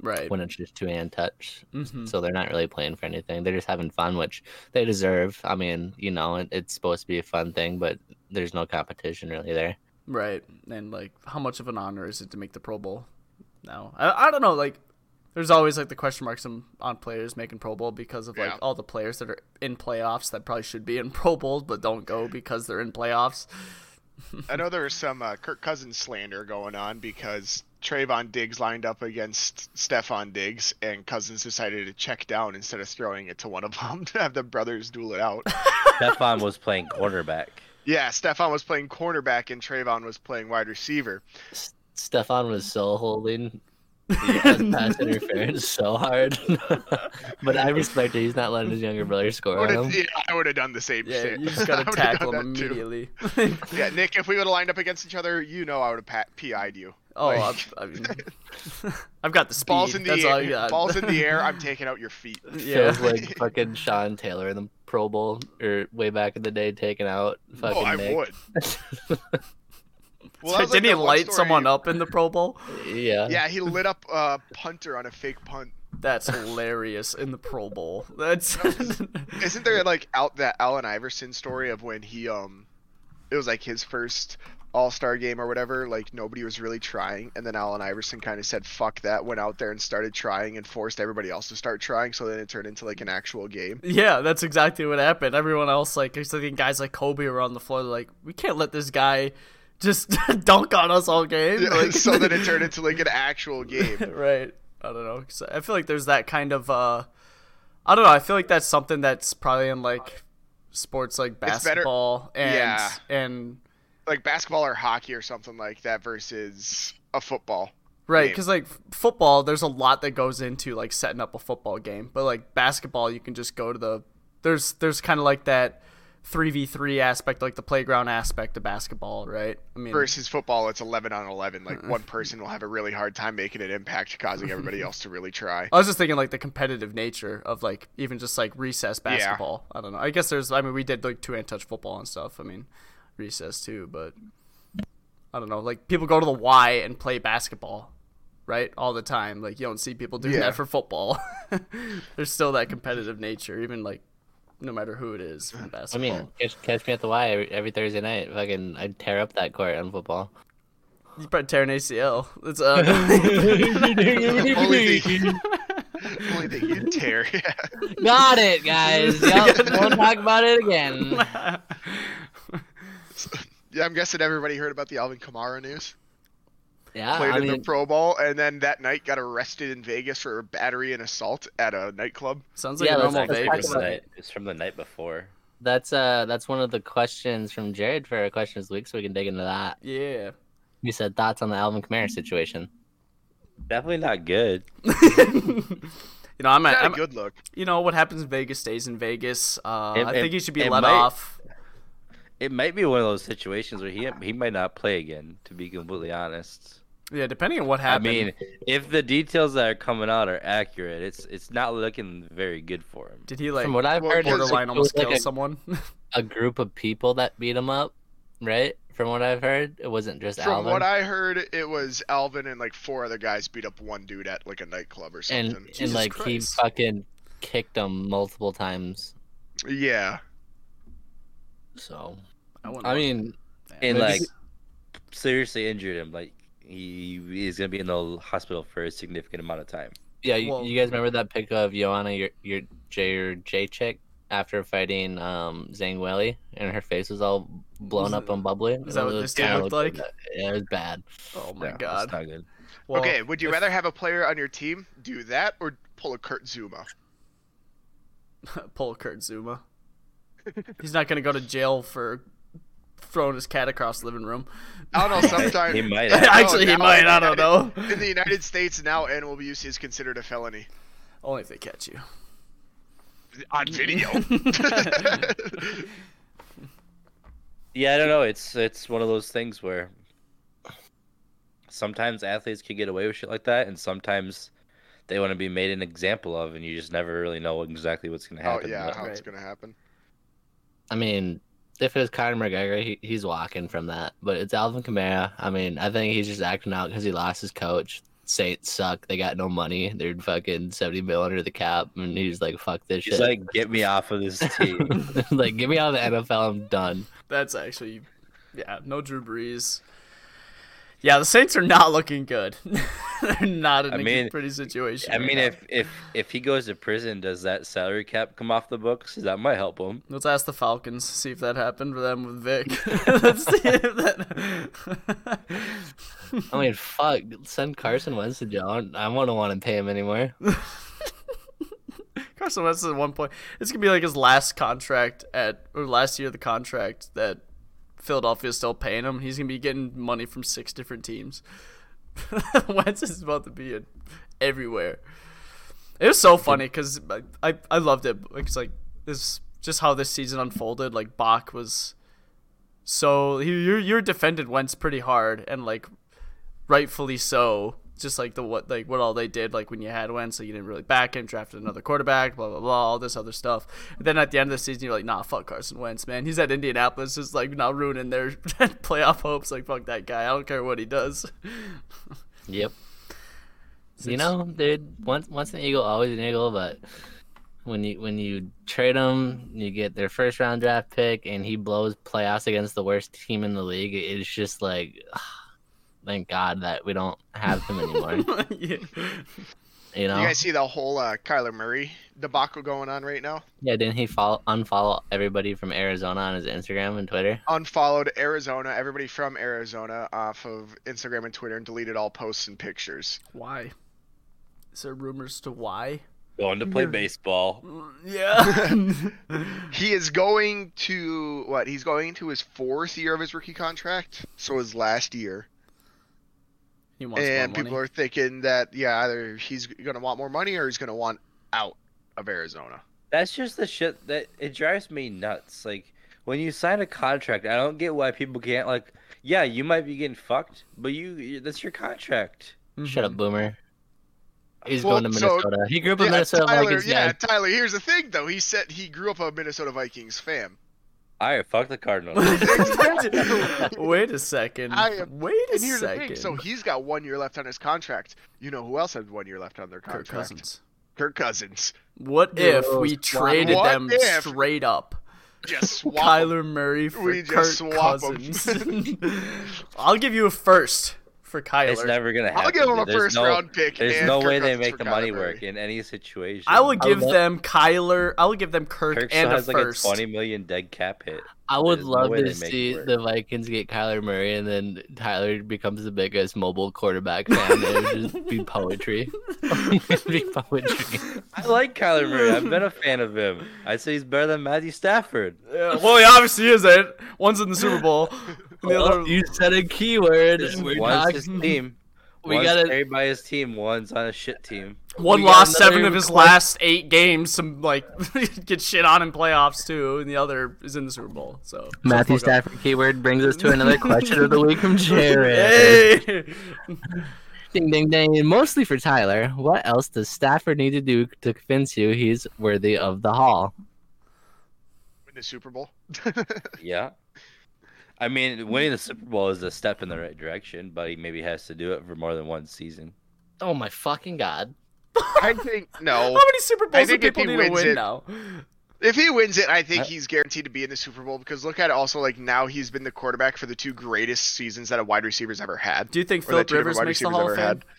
[SPEAKER 2] right?
[SPEAKER 6] when it's just two hand touch.
[SPEAKER 3] Mm-hmm.
[SPEAKER 2] Mhm.
[SPEAKER 6] So they're not really playing for anything. They're just having fun, which they deserve. I mean, you know, it, it's supposed to be a fun thing, but there's no competition really there.
[SPEAKER 2] Right. And like how much of an honor is it to make the Pro Bowl now? I, I don't know, like there's always like the question marks on, on players making Pro Bowl because of like
[SPEAKER 3] Yeah.
[SPEAKER 2] all the players that are in playoffs that probably should be in Pro Bowls but don't go because they're in playoffs.
[SPEAKER 3] I know there was some uh, Kirk Cousins slander going on because Trayvon Diggs lined up against Stefan Diggs, and Cousins decided to check down instead of throwing it to one of them to have the brothers duel it out.
[SPEAKER 4] Stefan was playing quarterback.
[SPEAKER 3] yeah, Stefan was playing cornerback and Trayvon was playing wide receiver.
[SPEAKER 6] S- Stefan was so holding because pass interference so hard. but I respect it. He's not letting his younger brother score
[SPEAKER 3] I
[SPEAKER 6] on
[SPEAKER 3] would've-
[SPEAKER 6] him.
[SPEAKER 3] yeah, I would have done the same
[SPEAKER 2] Yeah,
[SPEAKER 3] shit.
[SPEAKER 2] you just
[SPEAKER 3] I
[SPEAKER 2] gotta
[SPEAKER 3] would've
[SPEAKER 2] tackle them
[SPEAKER 3] done that too.
[SPEAKER 2] immediately.
[SPEAKER 3] Yeah, Nick, if we would have lined up against each other, you know I would have pat- PI'd you.
[SPEAKER 2] oh, I,
[SPEAKER 3] Like-
[SPEAKER 2] I mean, I've got the speed.
[SPEAKER 3] Balls in the
[SPEAKER 2] That's all I
[SPEAKER 3] air.
[SPEAKER 2] got.
[SPEAKER 3] Balls in the air. I'm taking out your feet.
[SPEAKER 2] yeah.
[SPEAKER 6] Feels like fucking Sean Taylor in the Pro Bowl or way back in the day taking out fucking
[SPEAKER 3] Oh, I
[SPEAKER 6] Nick.
[SPEAKER 3] would. Well, that was,
[SPEAKER 2] Didn't
[SPEAKER 3] like,
[SPEAKER 2] he
[SPEAKER 3] that one
[SPEAKER 2] light
[SPEAKER 3] story-
[SPEAKER 2] someone up in the Pro Bowl?
[SPEAKER 6] Yeah.
[SPEAKER 3] Yeah, he lit up a punter on a fake punt.
[SPEAKER 2] That's hilarious in the Pro Bowl. That's
[SPEAKER 3] Isn't there like out that Allen Iverson story of when he um, it was like his first All Star game or whatever. Like nobody was really trying, and then Allen Iverson kind of said "fuck that," went out there and started trying and forced everybody else to start trying. So then it turned into like an actual game.
[SPEAKER 2] Yeah, that's exactly what happened. Everyone else, like, I think guys like Kobe were on the floor, like, we can't let this guy just dunk on us all game. like,
[SPEAKER 3] so then it turned into like an actual game.
[SPEAKER 2] right. I don't know. 'Cause I feel like there's that kind of, uh, I don't know. I feel like that's something that's probably in, like, sports like
[SPEAKER 3] better-
[SPEAKER 2] basketball and,
[SPEAKER 3] Yeah.
[SPEAKER 2] and,
[SPEAKER 3] like basketball or hockey or something like that versus a football.
[SPEAKER 2] Right,
[SPEAKER 3] game.
[SPEAKER 2] because like f- football, there's a lot that goes into like setting up a football game. But like basketball, you can just go to the there's there's kind of like that three v three aspect, like the playground aspect of basketball, right? I mean,
[SPEAKER 3] Versus football, it's 11 on 11. Like one person will have a really hard time making an impact, causing everybody else to really try.
[SPEAKER 2] I was just thinking like the competitive nature of like even just like recess basketball. I don't know. I guess there's. I mean, we did like two hand touch football and stuff. I mean, recess too, but I don't know. Like people go to the Y and play basketball, right? All the time. Like you don't see people doing
[SPEAKER 3] Yeah.
[SPEAKER 2] that for football. there's still that competitive nature, even like no matter who it is in
[SPEAKER 6] I
[SPEAKER 2] basketball.
[SPEAKER 6] mean, catch, catch me at the Y every, every Thursday night. Fucking, I'd tear up that court on football.
[SPEAKER 2] you probably tear an ACL. It's uh,
[SPEAKER 3] only thing you, only thing you tear. Yeah.
[SPEAKER 6] Got it, guys. Yup, won't talk about it again.
[SPEAKER 3] yeah, I'm guessing everybody heard about the Alvin Kamara news.
[SPEAKER 6] Yeah,
[SPEAKER 3] Played
[SPEAKER 6] I
[SPEAKER 3] in the
[SPEAKER 6] mean,
[SPEAKER 3] Pro Bowl, and then that night got arrested in Vegas for battery and assault at a nightclub.
[SPEAKER 2] sounds like
[SPEAKER 6] Yeah,
[SPEAKER 2] a
[SPEAKER 6] that's
[SPEAKER 2] normal
[SPEAKER 6] like-
[SPEAKER 2] day.
[SPEAKER 6] that's
[SPEAKER 2] for
[SPEAKER 6] like-
[SPEAKER 4] It's from
[SPEAKER 2] some-
[SPEAKER 4] the night- it's from the night before.
[SPEAKER 6] that's uh, that's one of the questions from Jared for our questions of the week, so we can dig into that.
[SPEAKER 2] Yeah.
[SPEAKER 6] He said thoughts on the Alvin Kamara situation.
[SPEAKER 4] Definitely not good.
[SPEAKER 2] You know, I'm at,
[SPEAKER 3] Not a
[SPEAKER 2] I'm,
[SPEAKER 3] good look.
[SPEAKER 2] you know what happens in Vegas stays in Vegas. Uh,
[SPEAKER 4] It-
[SPEAKER 2] I
[SPEAKER 4] it-
[SPEAKER 2] think he should be
[SPEAKER 4] it
[SPEAKER 2] let
[SPEAKER 4] might-
[SPEAKER 2] off.
[SPEAKER 4] It might be one of those situations where he he might not play again. To be completely honest.
[SPEAKER 2] Yeah, depending on what
[SPEAKER 4] I
[SPEAKER 2] happened.
[SPEAKER 4] mean, if the details that are coming out are accurate, it's it's not looking very good for him.
[SPEAKER 2] did he like
[SPEAKER 6] From what I've
[SPEAKER 3] Well,
[SPEAKER 6] heard, it's-
[SPEAKER 2] borderline
[SPEAKER 6] it
[SPEAKER 2] almost
[SPEAKER 6] was like
[SPEAKER 2] kill
[SPEAKER 6] a,
[SPEAKER 2] someone?
[SPEAKER 6] a group of people that beat him up, right? From what I've heard, it wasn't just
[SPEAKER 3] From
[SPEAKER 6] Alvin.
[SPEAKER 3] what I heard, it was Alvin and like four other guys beat up one dude at like a nightclub or
[SPEAKER 6] and
[SPEAKER 3] something.
[SPEAKER 6] and
[SPEAKER 2] Jesus
[SPEAKER 6] like
[SPEAKER 2] Christ.
[SPEAKER 6] he fucking kicked him multiple times.
[SPEAKER 3] Yeah.
[SPEAKER 6] So
[SPEAKER 2] I, wouldn't
[SPEAKER 5] I
[SPEAKER 2] want
[SPEAKER 5] mean,
[SPEAKER 2] that.
[SPEAKER 4] And
[SPEAKER 5] Maybe-
[SPEAKER 4] like seriously injured him. Like he is gonna be in the hospital for a significant amount of time.
[SPEAKER 6] yeah, you,
[SPEAKER 2] Well-
[SPEAKER 6] you guys remember that pic of Joanna your your J or J chick after fighting um Zhang Weili and her face was all blown
[SPEAKER 2] Was
[SPEAKER 6] up
[SPEAKER 2] it-
[SPEAKER 6] and bubbly.
[SPEAKER 2] is that what
[SPEAKER 6] It
[SPEAKER 2] this dude
[SPEAKER 6] kinda
[SPEAKER 2] looked like?
[SPEAKER 6] Yeah, it was bad.
[SPEAKER 2] oh my
[SPEAKER 4] Yeah, It's
[SPEAKER 2] god.
[SPEAKER 4] not good.
[SPEAKER 2] Well,
[SPEAKER 3] okay, would you
[SPEAKER 2] if-
[SPEAKER 3] rather have a player on your team do that or pull a Kurt Zuma?
[SPEAKER 2] pull Kurt Zuma? He's not gonna go to jail for throwing his cat across the living room.
[SPEAKER 3] I don't know. Sometimes Oh,
[SPEAKER 4] He might have.
[SPEAKER 2] Actually, he
[SPEAKER 3] now
[SPEAKER 2] might.
[SPEAKER 3] in
[SPEAKER 2] I
[SPEAKER 3] the
[SPEAKER 2] don't know.
[SPEAKER 3] in the United States now, animal abuse is considered a felony
[SPEAKER 2] Only if they catch you.
[SPEAKER 3] on video.
[SPEAKER 4] Yeah, I don't know. It's it's one of those things where sometimes athletes can get away with shit like that, and sometimes they want to be made an example of, and you just never really know exactly what's gonna
[SPEAKER 3] oh
[SPEAKER 4] happen.
[SPEAKER 3] yeah,
[SPEAKER 4] But
[SPEAKER 3] how it's
[SPEAKER 2] Right.
[SPEAKER 3] gonna happen?
[SPEAKER 6] I mean, if it was Conor McGregor, he, he's walking from that. But it's Alvin Kamara. I mean, I think he's just acting out because he lost his coach. Saints suck. They got no money. They're fucking seventy mil under the cap, and he's like, "Fuck this
[SPEAKER 4] He's
[SPEAKER 6] shit."
[SPEAKER 4] like, get me off of this team.
[SPEAKER 6] like, get me out of the NFL. I'm done.
[SPEAKER 2] That's actually, yeah, no Drew Brees. Yeah, the Saints are not looking good. They're not in
[SPEAKER 4] I
[SPEAKER 2] a
[SPEAKER 4] mean-
[SPEAKER 2] pretty situation.
[SPEAKER 4] I
[SPEAKER 2] right
[SPEAKER 4] mean,
[SPEAKER 2] now.
[SPEAKER 4] if if if he goes to prison, does that salary cap come off the books? That might help him.
[SPEAKER 2] let's ask the Falcons see if that happened for them with Vic. let's see if that.
[SPEAKER 6] I mean, fuck. Send Carson Wentz to jail. I don't- I wouldn't want to pay him anymore.
[SPEAKER 2] Carson Wentz at one point. It's gonna be like his last contract at or last year of the contract that Philadelphia's still paying him. He's gonna be getting money from six different teams. Wentz is about to be in everywhere. It was so funny because I, I I loved it. It's like this just how this season unfolded. Like Bach was so he you you defended Wentz pretty hard and like rightfully so. Just like the what like what all they did like when you had Wentz, so you didn't really back him, drafted another quarterback, blah blah blah, all this other stuff. And then at the end of the season, you're like, nah, fuck Carson Wentz, man. He's at Indianapolis, just like not ruining their playoff hopes. Like fuck that guy. I don't care what he does.
[SPEAKER 6] Yep. You know, dude. Once once an eagle, always an eagle. But when you when you trade them, you get their first round draft pick, and he blows playoffs against the worst team in the league. It's just like, thank God that we don't have him anymore.
[SPEAKER 2] yeah.
[SPEAKER 6] you know?
[SPEAKER 3] You guys see the whole uh, Kyler Murray debacle going on right now?
[SPEAKER 6] yeah. Didn't he follow unfollow everybody from Arizona on his Instagram and Twitter?
[SPEAKER 3] Unfollowed Arizona, everybody from Arizona off of Instagram and Twitter, and deleted all posts and pictures.
[SPEAKER 2] Why? Is there rumors to why?
[SPEAKER 4] Going to play baseball.
[SPEAKER 2] Mm, Yeah.
[SPEAKER 3] He is going to what? He's going into his fourth year of his rookie contract, so his last year.
[SPEAKER 2] he wants
[SPEAKER 3] and
[SPEAKER 2] more
[SPEAKER 3] people
[SPEAKER 2] money.
[SPEAKER 3] are thinking that yeah, either he's gonna want more money or he's gonna want out of Arizona.
[SPEAKER 4] That's just the shit that it drives me nuts. Like when you sign a contract, I don't get why people can't like. Yeah, you might be getting fucked, but you- you that's your contract.
[SPEAKER 2] Mm-hmm.
[SPEAKER 6] Shut up, Boomer. He's
[SPEAKER 3] Mm-hmm. Well,
[SPEAKER 6] going to
[SPEAKER 3] so-
[SPEAKER 6] Minnesota. he grew up in
[SPEAKER 3] yeah,
[SPEAKER 6] Minnesota.
[SPEAKER 3] Tyler,
[SPEAKER 6] like his
[SPEAKER 3] yeah,
[SPEAKER 6] dad.
[SPEAKER 3] Tyler. Here's the thing though. He said he grew up a Minnesota Vikings fan.
[SPEAKER 4] All right, fuck the Cardinals.
[SPEAKER 2] Wait a second.
[SPEAKER 3] I am-
[SPEAKER 2] Wait a
[SPEAKER 3] And here's the
[SPEAKER 2] second.
[SPEAKER 3] thing. So he's got one year left on his contract. You know who else has one year left on their
[SPEAKER 2] Kirk
[SPEAKER 3] contract?
[SPEAKER 2] Cousins.
[SPEAKER 3] Kirk Cousins.
[SPEAKER 2] What if we traded
[SPEAKER 3] What
[SPEAKER 2] them
[SPEAKER 3] if?
[SPEAKER 2] straight up?
[SPEAKER 3] Just swap.
[SPEAKER 2] Kyler Murray for
[SPEAKER 3] We
[SPEAKER 2] Kirk
[SPEAKER 3] just swap 'em.
[SPEAKER 2] Cousins. I'll give you a first for
[SPEAKER 4] it's
[SPEAKER 2] Kyler.
[SPEAKER 4] never gonna happen.
[SPEAKER 3] I'll give him a
[SPEAKER 4] There's
[SPEAKER 3] first
[SPEAKER 4] no-
[SPEAKER 3] round pick.
[SPEAKER 4] There's
[SPEAKER 3] and
[SPEAKER 4] no
[SPEAKER 3] Kirk
[SPEAKER 4] way they
[SPEAKER 3] Cousins
[SPEAKER 4] make
[SPEAKER 3] for
[SPEAKER 4] the
[SPEAKER 3] Kyler
[SPEAKER 4] money
[SPEAKER 3] Murray.
[SPEAKER 4] work in any situation.
[SPEAKER 2] I would give
[SPEAKER 6] love-
[SPEAKER 2] them Kyler. I would give them Kirk,
[SPEAKER 4] Kirk still
[SPEAKER 2] and a
[SPEAKER 4] has like a
[SPEAKER 2] first.
[SPEAKER 4] twenty million dead cap hit.
[SPEAKER 6] I would
[SPEAKER 4] There's no
[SPEAKER 6] love
[SPEAKER 4] way
[SPEAKER 6] to
[SPEAKER 4] they make it
[SPEAKER 6] see
[SPEAKER 4] work.
[SPEAKER 6] the Vikings get Kyler Murray and then Tyler becomes the biggest mobile quarterback fan. it would just be poetry. it would be poetry.
[SPEAKER 4] I like Kyler Murray. I've been a fan of him. I'd say he's better than Matthew Stafford.
[SPEAKER 2] Yeah, well, he obviously isn't. One's in the Super Bowl. and The
[SPEAKER 6] Well,
[SPEAKER 2] other,
[SPEAKER 6] Oh, you said a keyword. We're
[SPEAKER 4] One's
[SPEAKER 6] talking-
[SPEAKER 4] his team.
[SPEAKER 6] we
[SPEAKER 4] one's
[SPEAKER 6] gotta-
[SPEAKER 4] carried by his team. One's on a shit team.
[SPEAKER 2] one
[SPEAKER 6] we got
[SPEAKER 2] lost seven
[SPEAKER 6] another
[SPEAKER 2] of his
[SPEAKER 6] question.
[SPEAKER 2] last eight games. Some like get shit on in playoffs too, and the other is in the Super Bowl. So
[SPEAKER 6] Matthew
[SPEAKER 2] so fuck 'em.
[SPEAKER 6] Stafford keyword brings us to another question of the week from Jared.
[SPEAKER 2] Hey.
[SPEAKER 6] Ding ding ding. And mostly for Tyler. What else does Stafford need to do to convince you he's worthy of the Hall?
[SPEAKER 3] Win the Super Bowl.
[SPEAKER 4] Yeah. I mean, winning the Super Bowl is a step in the right direction, but he maybe has to do it for more than one season.
[SPEAKER 6] Oh my fucking god.
[SPEAKER 3] I think
[SPEAKER 2] How
[SPEAKER 3] no.
[SPEAKER 2] many Super
[SPEAKER 3] I
[SPEAKER 2] Bowls do
[SPEAKER 3] think if
[SPEAKER 2] people
[SPEAKER 3] he
[SPEAKER 2] need to
[SPEAKER 3] wins
[SPEAKER 2] win
[SPEAKER 3] it-
[SPEAKER 2] now?
[SPEAKER 3] If he wins it, I think
[SPEAKER 4] I-
[SPEAKER 3] he's guaranteed to be in the Super Bowl because look at it also like now he's been the quarterback for the two greatest seasons that a wide receiver's ever had.
[SPEAKER 2] Do you think
[SPEAKER 3] Or that
[SPEAKER 2] Philip
[SPEAKER 3] two different
[SPEAKER 2] Rivers
[SPEAKER 3] wide
[SPEAKER 2] makes the
[SPEAKER 3] receivers
[SPEAKER 2] Hall of
[SPEAKER 3] ever
[SPEAKER 2] Fame?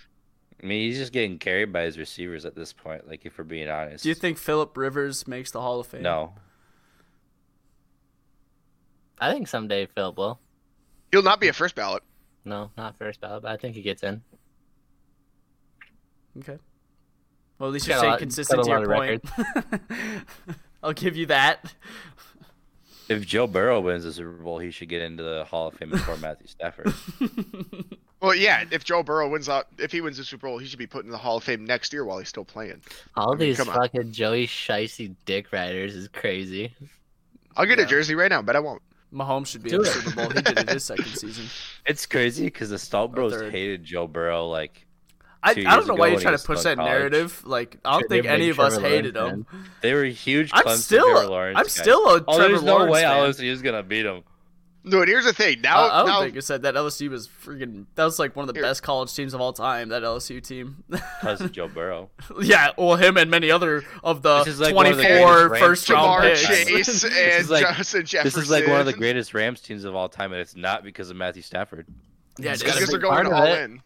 [SPEAKER 4] I mean, he's just getting carried by his receivers at this point. Like, if we're being honest.
[SPEAKER 2] Do you think Philip Rivers makes the Hall of Fame?
[SPEAKER 4] No.
[SPEAKER 6] I think someday Phil will.
[SPEAKER 3] He'll not be a first ballot.
[SPEAKER 6] No, not first ballot, but I think he gets in.
[SPEAKER 2] Okay. Well, at least you're
[SPEAKER 6] He's got a
[SPEAKER 2] staying
[SPEAKER 6] lot-
[SPEAKER 2] consistent
[SPEAKER 6] got
[SPEAKER 2] to
[SPEAKER 6] a
[SPEAKER 2] your
[SPEAKER 6] lot of
[SPEAKER 2] point. I'll give you that.
[SPEAKER 4] If Joe Burrow wins the Super Bowl, he should get into the Hall of Fame before Matthew Stafford.
[SPEAKER 3] Well, yeah, if Joe Burrow wins out, if he wins the Super Bowl, he should be put in the Hall of Fame next year while he's still playing.
[SPEAKER 6] All
[SPEAKER 3] I mean,
[SPEAKER 6] these
[SPEAKER 3] come on.
[SPEAKER 6] fucking Joey Shicey dick riders is crazy.
[SPEAKER 3] I'll get
[SPEAKER 2] Yeah.
[SPEAKER 3] a jersey right now, but I won't.
[SPEAKER 2] Mahomes should be
[SPEAKER 6] Do
[SPEAKER 2] in the
[SPEAKER 6] it.
[SPEAKER 2] Super Bowl. He did it his second season.
[SPEAKER 4] It's crazy because the Stout Bros
[SPEAKER 2] third.
[SPEAKER 4] hated Joe Burrow. Like,
[SPEAKER 2] I, I
[SPEAKER 4] Two
[SPEAKER 2] don't
[SPEAKER 4] years
[SPEAKER 2] know why you're
[SPEAKER 4] ago when he
[SPEAKER 2] trying
[SPEAKER 4] was
[SPEAKER 2] to push
[SPEAKER 4] still
[SPEAKER 2] that
[SPEAKER 4] in college.
[SPEAKER 2] narrative. Like I don't
[SPEAKER 6] Should
[SPEAKER 2] think
[SPEAKER 6] have been
[SPEAKER 2] any of us
[SPEAKER 6] Trevor
[SPEAKER 2] hated
[SPEAKER 6] Lawrence,
[SPEAKER 2] him.
[SPEAKER 4] they were huge
[SPEAKER 2] I'm
[SPEAKER 4] Clemson
[SPEAKER 2] still
[SPEAKER 4] Trevor
[SPEAKER 2] a-
[SPEAKER 4] Lawrence.
[SPEAKER 2] I'm
[SPEAKER 4] guys.
[SPEAKER 2] still a
[SPEAKER 4] Oh,
[SPEAKER 2] Trevor
[SPEAKER 4] there's no
[SPEAKER 2] Lawrence
[SPEAKER 4] way
[SPEAKER 2] fan.
[SPEAKER 4] LSU is gonna beat him.
[SPEAKER 3] No, and here's the thing. Now,
[SPEAKER 2] I, I don't
[SPEAKER 3] now
[SPEAKER 2] think it said that LSU was freaking. That was like one of the
[SPEAKER 3] Here.
[SPEAKER 2] best college teams of all time. That LSU team.
[SPEAKER 4] Because of Joe Burrow.
[SPEAKER 2] yeah, well, him and many other of the
[SPEAKER 4] This is like one of the
[SPEAKER 2] 24
[SPEAKER 4] greatest
[SPEAKER 2] first round
[SPEAKER 4] Jamar
[SPEAKER 2] picks.
[SPEAKER 3] Chase and
[SPEAKER 4] is like-
[SPEAKER 3] Justin Jefferson.
[SPEAKER 4] This is like one of the greatest Rams teams of all time, and it's not because of Matthew Stafford.
[SPEAKER 2] yeah,
[SPEAKER 6] It's
[SPEAKER 2] it
[SPEAKER 6] gotta
[SPEAKER 3] Because
[SPEAKER 2] is.
[SPEAKER 6] be
[SPEAKER 3] they're going
[SPEAKER 6] part of
[SPEAKER 3] all
[SPEAKER 6] it.
[SPEAKER 3] in.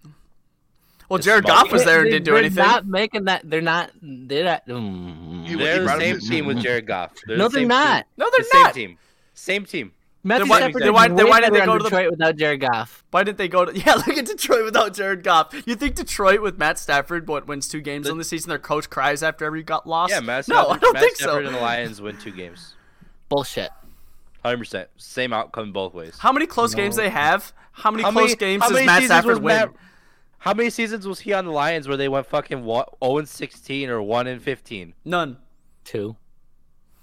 [SPEAKER 2] well,
[SPEAKER 4] it's
[SPEAKER 2] Jared
[SPEAKER 4] small.
[SPEAKER 2] Goff was there and
[SPEAKER 6] They-
[SPEAKER 2] didn't do
[SPEAKER 6] they're
[SPEAKER 2] anything.
[SPEAKER 6] not making that. They're not. They're not. mm.
[SPEAKER 3] He was-
[SPEAKER 4] They're the
[SPEAKER 3] brought him
[SPEAKER 4] same
[SPEAKER 3] to the
[SPEAKER 4] team with
[SPEAKER 6] Super
[SPEAKER 4] Jared Goff. They're
[SPEAKER 6] no,
[SPEAKER 4] the
[SPEAKER 6] they're
[SPEAKER 4] same
[SPEAKER 6] not.
[SPEAKER 4] Team.
[SPEAKER 2] no, they're
[SPEAKER 4] the same
[SPEAKER 2] not.
[SPEAKER 4] team. Same team.
[SPEAKER 6] Matthew
[SPEAKER 2] Then why-
[SPEAKER 6] Stafford
[SPEAKER 2] then
[SPEAKER 6] did
[SPEAKER 2] why-
[SPEAKER 6] why,
[SPEAKER 2] then why did they
[SPEAKER 6] they
[SPEAKER 2] go
[SPEAKER 6] go
[SPEAKER 2] to the-
[SPEAKER 6] Detroit without Jared Goff.
[SPEAKER 2] Why did they go to? Yeah, look at Detroit without Jared Goff. You think Detroit with Matt Stafford, what wins two games
[SPEAKER 4] The-
[SPEAKER 2] in the season? Their coach cries after every got lost.
[SPEAKER 4] Yeah, Matt
[SPEAKER 2] no,
[SPEAKER 4] Stafford,
[SPEAKER 2] I don't
[SPEAKER 4] Matt
[SPEAKER 2] think
[SPEAKER 4] Stafford
[SPEAKER 2] so.
[SPEAKER 4] and the Lions win two games.
[SPEAKER 6] Bullshit.
[SPEAKER 4] 100%. Same outcome both ways.
[SPEAKER 2] How many close games they have? How many close games
[SPEAKER 4] how
[SPEAKER 2] does
[SPEAKER 4] many
[SPEAKER 2] Matt
[SPEAKER 4] seasons was
[SPEAKER 2] Stafford win?
[SPEAKER 4] Matt- how many seasons was he on the Lions where they went fucking 0 16 or 1 and 15?
[SPEAKER 2] None.
[SPEAKER 6] Two.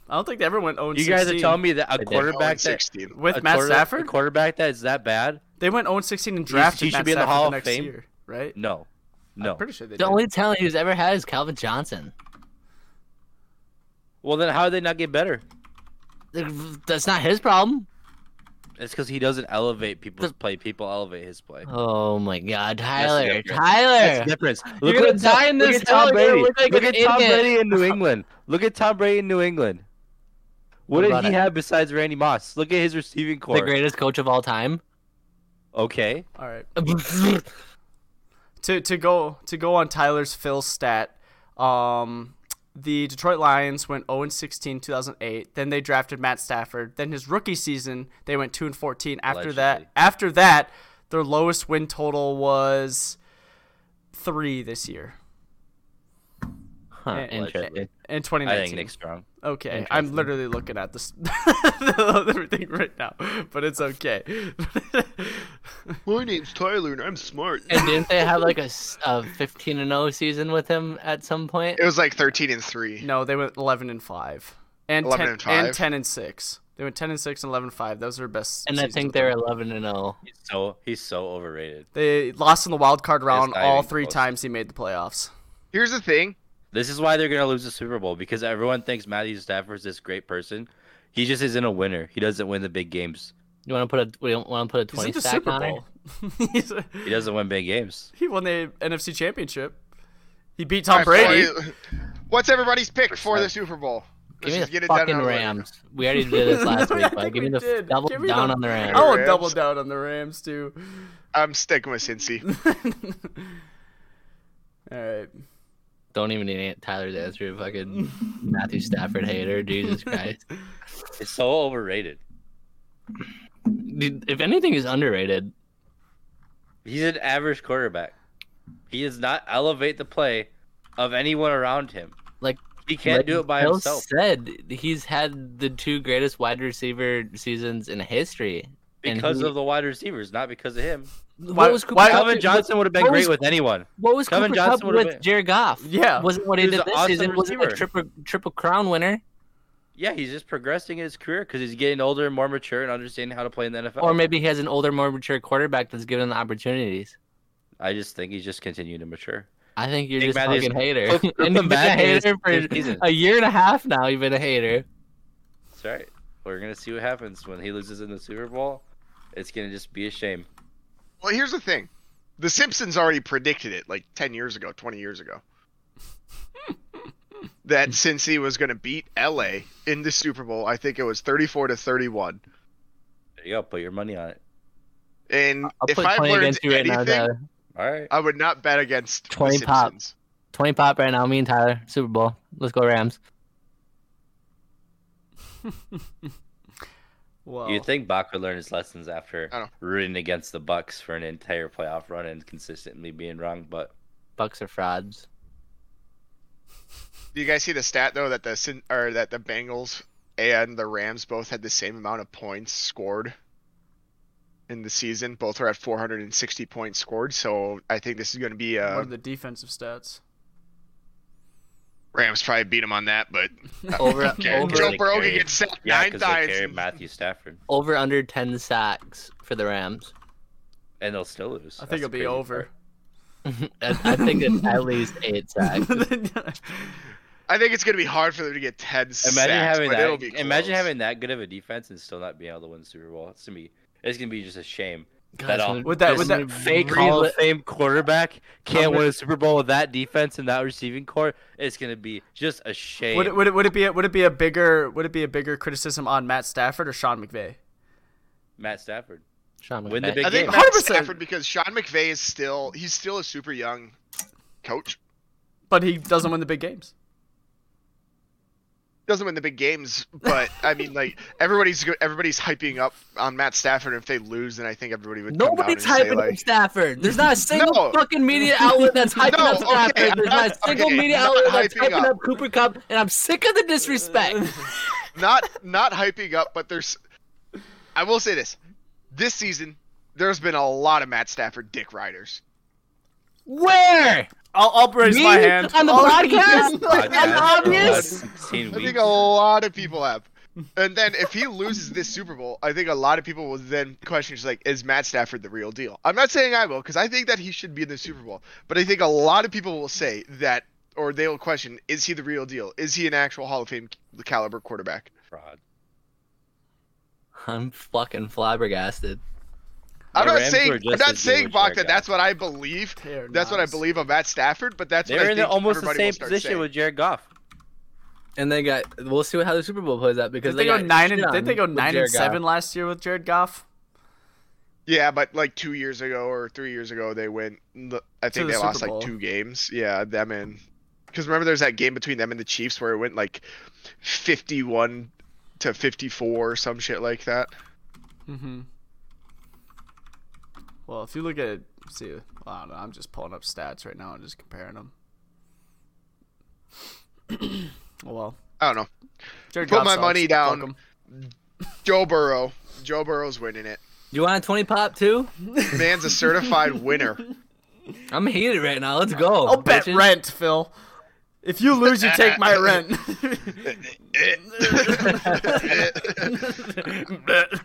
[SPEAKER 2] I don't think they ever went 0
[SPEAKER 4] You guys are telling me that a
[SPEAKER 6] did.
[SPEAKER 4] quarterback that,
[SPEAKER 3] 16.
[SPEAKER 2] with
[SPEAKER 4] a
[SPEAKER 2] Matt
[SPEAKER 4] quarter- a
[SPEAKER 2] Stafford.
[SPEAKER 4] quarterback that is that bad?
[SPEAKER 2] They went 0 16 and drafted
[SPEAKER 4] he should
[SPEAKER 2] Matt
[SPEAKER 4] be in the
[SPEAKER 2] Stafford
[SPEAKER 4] Hall of
[SPEAKER 2] next
[SPEAKER 4] Fame.
[SPEAKER 2] year, right?
[SPEAKER 4] No. No.
[SPEAKER 2] Pretty sure they
[SPEAKER 6] The
[SPEAKER 2] did.
[SPEAKER 6] only talent he's ever had is Calvin Johnson.
[SPEAKER 4] Well, then how did they not get better?
[SPEAKER 6] That's not his problem.
[SPEAKER 4] It's because he doesn't elevate people's play. People elevate his play.
[SPEAKER 6] Oh my God,
[SPEAKER 4] That's the
[SPEAKER 6] Tyler,
[SPEAKER 4] difference. That's
[SPEAKER 6] Tyler.
[SPEAKER 4] the difference.
[SPEAKER 6] You're
[SPEAKER 4] what
[SPEAKER 6] gonna die in
[SPEAKER 4] look
[SPEAKER 6] this
[SPEAKER 4] at Tom
[SPEAKER 6] hell, you're gonna
[SPEAKER 4] Brady.
[SPEAKER 6] look like
[SPEAKER 4] Look
[SPEAKER 6] an
[SPEAKER 4] at Tom
[SPEAKER 6] idiot.
[SPEAKER 4] Brady in New England. Look at Tom Brady in New England. What,
[SPEAKER 6] What
[SPEAKER 4] did
[SPEAKER 6] about
[SPEAKER 4] he
[SPEAKER 6] it?
[SPEAKER 4] have besides Randy Moss? Look at his receiving core.
[SPEAKER 6] The greatest coach of all time.
[SPEAKER 4] Okay.
[SPEAKER 2] All right.
[SPEAKER 6] Who
[SPEAKER 2] to to go to go on Tyler's Phil stat, um, the Detroit Lions went 0 16 2008. Then they drafted Matt Stafford. Then his rookie season, they went 2 and 14. After that,
[SPEAKER 4] Allegedly.
[SPEAKER 2] after that, their lowest win total was three this year
[SPEAKER 6] Huh,
[SPEAKER 2] in,
[SPEAKER 6] interesting.
[SPEAKER 2] in
[SPEAKER 4] I
[SPEAKER 2] 2019.
[SPEAKER 4] think Nick Strong.
[SPEAKER 2] okay, I'm
[SPEAKER 6] interesting.
[SPEAKER 2] literally looking at this everything right now, but it's okay.
[SPEAKER 3] My name's Tyler and I'm smart.
[SPEAKER 6] And didn't they have like a, s- a 15 and 0 season with him at some point?
[SPEAKER 3] It was like 13 and 3.
[SPEAKER 2] No, they went 11 and 5. And
[SPEAKER 3] 11
[SPEAKER 2] 10
[SPEAKER 3] and five?
[SPEAKER 2] 10 and 6. They went 10 and 6 and 11 and 5. Those were best.
[SPEAKER 6] And I
[SPEAKER 2] seasons
[SPEAKER 6] think
[SPEAKER 2] with
[SPEAKER 6] they're
[SPEAKER 2] them.
[SPEAKER 6] 11 and oh. 0.
[SPEAKER 4] He's so he's so overrated.
[SPEAKER 2] They lost in the wild card round
[SPEAKER 4] not
[SPEAKER 2] all
[SPEAKER 4] even
[SPEAKER 2] three
[SPEAKER 4] close.
[SPEAKER 2] times he made the playoffs.
[SPEAKER 3] Here's the thing.
[SPEAKER 4] This is why they're gonna lose the Super Bowl because everyone thinks Matthew Stafford's this great person. He just isn't a winner. He doesn't win the big games.
[SPEAKER 6] You want to put a we want to put a
[SPEAKER 2] He's
[SPEAKER 6] 20
[SPEAKER 2] in the
[SPEAKER 6] stack
[SPEAKER 2] Super
[SPEAKER 6] on it?
[SPEAKER 2] Bowl. He's-
[SPEAKER 4] He doesn't win big games.
[SPEAKER 2] he won the NFC Championship. He beat Tom
[SPEAKER 3] All right,
[SPEAKER 2] Brady.
[SPEAKER 3] Corey, What's everybody's pick for the Super Bowl?
[SPEAKER 6] Give me
[SPEAKER 3] Let's just
[SPEAKER 6] the
[SPEAKER 3] get it done
[SPEAKER 6] fucking
[SPEAKER 3] out of the way.
[SPEAKER 6] Rams. We already did this last
[SPEAKER 2] I
[SPEAKER 6] week,
[SPEAKER 2] think
[SPEAKER 6] but give
[SPEAKER 2] we
[SPEAKER 6] me the
[SPEAKER 2] did.
[SPEAKER 6] double
[SPEAKER 2] Give me
[SPEAKER 6] down
[SPEAKER 2] the-
[SPEAKER 6] on the
[SPEAKER 2] I
[SPEAKER 6] Rams.
[SPEAKER 2] will
[SPEAKER 3] Rams.
[SPEAKER 2] double down on the Rams, too.
[SPEAKER 3] I'm sticking with Cincy.
[SPEAKER 2] All right.
[SPEAKER 6] Don't even need Aunt Tyler's answer. Fucking Matthew Stafford hater. Jesus Christ.
[SPEAKER 4] He's so overrated.
[SPEAKER 6] Dude, if anything is underrated,
[SPEAKER 4] He's an average quarterback. He does not elevate the play of anyone around him.
[SPEAKER 6] Like-
[SPEAKER 4] he can't
[SPEAKER 6] like
[SPEAKER 4] do it by
[SPEAKER 6] Phil
[SPEAKER 4] himself
[SPEAKER 6] Said he's had the two greatest wide receiver seasons in history. and
[SPEAKER 4] because
[SPEAKER 6] he-
[SPEAKER 4] of the wide receivers, not because of him.
[SPEAKER 2] Why-
[SPEAKER 6] what was Cooper
[SPEAKER 2] why-
[SPEAKER 6] Cup-
[SPEAKER 4] Calvin Johnson would have been
[SPEAKER 6] what
[SPEAKER 4] great
[SPEAKER 6] was-
[SPEAKER 4] with anyone.
[SPEAKER 6] What was
[SPEAKER 4] Calvin
[SPEAKER 6] Cooper
[SPEAKER 4] Johnson
[SPEAKER 6] Cup
[SPEAKER 4] would've
[SPEAKER 6] with
[SPEAKER 4] been-
[SPEAKER 6] Jared Goff?
[SPEAKER 2] Yeah.
[SPEAKER 6] wasn't what he
[SPEAKER 4] He was
[SPEAKER 6] did
[SPEAKER 4] an
[SPEAKER 6] this
[SPEAKER 4] awesome
[SPEAKER 6] season. Wasn't a
[SPEAKER 4] receiver.
[SPEAKER 6] triple triple crown winner,
[SPEAKER 4] Yeah, he's just progressing his career because he's getting older and more mature and understanding how to play in the NFL.
[SPEAKER 6] or maybe he has an older, more mature quarterback that's given the opportunities.
[SPEAKER 4] I just think he's just continuing to mature.
[SPEAKER 6] I think you're
[SPEAKER 4] Nick
[SPEAKER 6] just
[SPEAKER 4] Matthews-
[SPEAKER 6] fucking hater.
[SPEAKER 4] Flip- flip
[SPEAKER 6] and you've
[SPEAKER 4] him
[SPEAKER 6] been a
[SPEAKER 4] back in his
[SPEAKER 6] hater
[SPEAKER 4] fifth season.
[SPEAKER 6] for a year and a half now. You've been a hater.
[SPEAKER 4] That's right. We're gonna see what happens when he loses in the Super Bowl. It's gonna just be a shame.
[SPEAKER 3] Well, here's the thing. The Simpsons already predicted it like 10 years ago, 20 years ago. that Cincy was going to beat LA in the Super Bowl. I think it was 34 to 31.
[SPEAKER 4] There you go. Put your money on it.
[SPEAKER 3] And
[SPEAKER 6] I'll
[SPEAKER 3] if
[SPEAKER 6] put
[SPEAKER 3] I've
[SPEAKER 6] 20
[SPEAKER 3] learned
[SPEAKER 6] against you right
[SPEAKER 3] anything,
[SPEAKER 6] now. Tyler.
[SPEAKER 4] All right.
[SPEAKER 3] I would not bet against the
[SPEAKER 6] 20 pop.
[SPEAKER 3] Simpsons.
[SPEAKER 6] 20 pop right now. Me and Tyler. Super Bowl. Let's go Rams.
[SPEAKER 2] Wow.
[SPEAKER 4] You think Bach would learn his lessons after
[SPEAKER 3] I know.
[SPEAKER 4] rooting against the Bucks for an entire playoff run and consistently being wrong? But
[SPEAKER 6] Bucks are frauds.
[SPEAKER 3] Do you guys see the stat though that the Sin- or that the Bengals and the Rams both had the same amount of points scored in the season? Both are at 460 points scored. So I think this is going to be
[SPEAKER 2] What
[SPEAKER 3] uh,
[SPEAKER 2] are the defensive stats?
[SPEAKER 3] Rams probably beat them on that, but
[SPEAKER 6] Over,
[SPEAKER 3] Okay.
[SPEAKER 6] over,
[SPEAKER 3] Joe
[SPEAKER 4] They
[SPEAKER 3] Burrow can
[SPEAKER 4] carried-
[SPEAKER 3] get sacked
[SPEAKER 4] yeah,
[SPEAKER 3] nine
[SPEAKER 4] because they carry
[SPEAKER 3] times.
[SPEAKER 4] Matthew Stafford,
[SPEAKER 6] over under 10 sacks for the Rams.
[SPEAKER 4] and they'll still lose.
[SPEAKER 2] I
[SPEAKER 4] That's
[SPEAKER 2] think it'll
[SPEAKER 4] the
[SPEAKER 2] be
[SPEAKER 4] crazy
[SPEAKER 2] over.
[SPEAKER 6] I, I think it's at least eight sacks.
[SPEAKER 3] I think it's going to be hard for them to get 10
[SPEAKER 4] part. Imagine
[SPEAKER 3] sacks,
[SPEAKER 4] having
[SPEAKER 3] but it'll be
[SPEAKER 4] that. Imagine
[SPEAKER 3] close.
[SPEAKER 4] having that good of a defense and still not being able to win the Super Bowl. It's gonna be. It's gonna be just a shame. That all-
[SPEAKER 2] With that- with
[SPEAKER 6] with
[SPEAKER 2] that
[SPEAKER 4] Fake Hall of Fame quarterback can't win a Super Bowl with that defense and that receiving core. It's gonna be just a shame.
[SPEAKER 2] would, it, would it would it be a, would it be a bigger would it be a bigger criticism on Matt Stafford or Sean McVay?
[SPEAKER 4] Matt Stafford.
[SPEAKER 6] Sean
[SPEAKER 4] Win the
[SPEAKER 6] McVay.
[SPEAKER 4] big
[SPEAKER 3] I think
[SPEAKER 4] game.
[SPEAKER 3] Matt
[SPEAKER 2] 100%.
[SPEAKER 3] Stafford because Sean McVay is still he's still a super young coach.
[SPEAKER 2] But he doesn't win the big games.
[SPEAKER 3] doesn't win the big games, but I mean, like everybody's go- everybody's hyping up on Matt Stafford. and If they lose, then I think everybody would. come down
[SPEAKER 6] Nobody's
[SPEAKER 3] and say,
[SPEAKER 6] hyping
[SPEAKER 3] like,
[SPEAKER 6] up Stafford. There's not a single
[SPEAKER 3] No.
[SPEAKER 6] fucking media outlet that's hyping
[SPEAKER 3] No,
[SPEAKER 6] up Stafford.
[SPEAKER 3] okay, I'm
[SPEAKER 6] There's not
[SPEAKER 3] not-
[SPEAKER 6] a single
[SPEAKER 3] okay,
[SPEAKER 6] media
[SPEAKER 3] I'm
[SPEAKER 6] outlet
[SPEAKER 3] not
[SPEAKER 6] that's
[SPEAKER 3] hyping
[SPEAKER 6] hyping up.
[SPEAKER 3] up.
[SPEAKER 6] Cooper Cup, and I'm sick of the disrespect.
[SPEAKER 3] not not hyping up, but there's. I will say this: this season, there's been a lot of Matt Stafford dick riders.
[SPEAKER 6] Where?
[SPEAKER 2] I'll I'll raise
[SPEAKER 6] Me?
[SPEAKER 2] my hand
[SPEAKER 6] On the
[SPEAKER 2] I'll-
[SPEAKER 6] podcast?
[SPEAKER 4] Podcast
[SPEAKER 6] I'm
[SPEAKER 4] for the last
[SPEAKER 6] obvious.
[SPEAKER 4] 16
[SPEAKER 3] I think
[SPEAKER 4] weeks.
[SPEAKER 3] a lot of people have. And then if he loses this Super Bowl, I think a lot of people will then question, just like, is Matt Stafford the real deal? I'm not saying I will, because I think that he should be in the Super Bowl. But I think a lot of people will say that, or they will question, is he the real deal? Is he an actual Hall of Fame caliber quarterback?
[SPEAKER 4] Fraud.
[SPEAKER 6] I'm fucking flabbergasted.
[SPEAKER 3] I'm
[SPEAKER 4] The
[SPEAKER 3] not
[SPEAKER 4] Rams
[SPEAKER 3] saying
[SPEAKER 4] were
[SPEAKER 3] I'm
[SPEAKER 4] just
[SPEAKER 3] not
[SPEAKER 4] as
[SPEAKER 3] saying
[SPEAKER 4] good as
[SPEAKER 3] Bach
[SPEAKER 4] Jared
[SPEAKER 3] that that's what I believe.
[SPEAKER 2] They're
[SPEAKER 3] That's what I
[SPEAKER 2] not.
[SPEAKER 3] believe of Matt Stafford, but that's what
[SPEAKER 4] They're
[SPEAKER 3] I
[SPEAKER 4] in
[SPEAKER 3] think
[SPEAKER 4] the, almost the
[SPEAKER 3] everybody will
[SPEAKER 4] same
[SPEAKER 3] start
[SPEAKER 4] position
[SPEAKER 3] saying.
[SPEAKER 4] with Jared Goff.
[SPEAKER 6] And they got. We'll see how the Super Bowl plays out because
[SPEAKER 2] Did they go
[SPEAKER 6] got
[SPEAKER 2] nine
[SPEAKER 6] shit
[SPEAKER 2] and
[SPEAKER 6] on
[SPEAKER 2] did they go
[SPEAKER 6] with
[SPEAKER 2] nine and
[SPEAKER 6] Jared Goff.
[SPEAKER 2] seven last year with Jared Goff?
[SPEAKER 3] Yeah, but like two years ago or three years ago, they went. the- I think
[SPEAKER 2] the
[SPEAKER 3] they lost
[SPEAKER 2] Super Bowl.
[SPEAKER 3] like two games. Yeah, them and because remember there's that game between them and the Chiefs where it went like fifty-one to fifty-four or some shit like that.
[SPEAKER 2] Mm-hmm. Well, if you look at see, I don't know. I'm just pulling up stats right now and just comparing them. well,
[SPEAKER 3] I don't know.
[SPEAKER 2] Jared
[SPEAKER 3] Put
[SPEAKER 2] Goff
[SPEAKER 3] my
[SPEAKER 2] sucks.
[SPEAKER 3] money
[SPEAKER 2] Fuck
[SPEAKER 3] down.
[SPEAKER 2] him.
[SPEAKER 3] Joe Burrow. Joe Burrow's winning it.
[SPEAKER 6] You want a 20 pop too?
[SPEAKER 3] Man's a certified winner.
[SPEAKER 6] I'm heated right now. Let's go.
[SPEAKER 2] I'll bet
[SPEAKER 6] bitches.
[SPEAKER 2] rent, Phil. If you lose, you take my rent.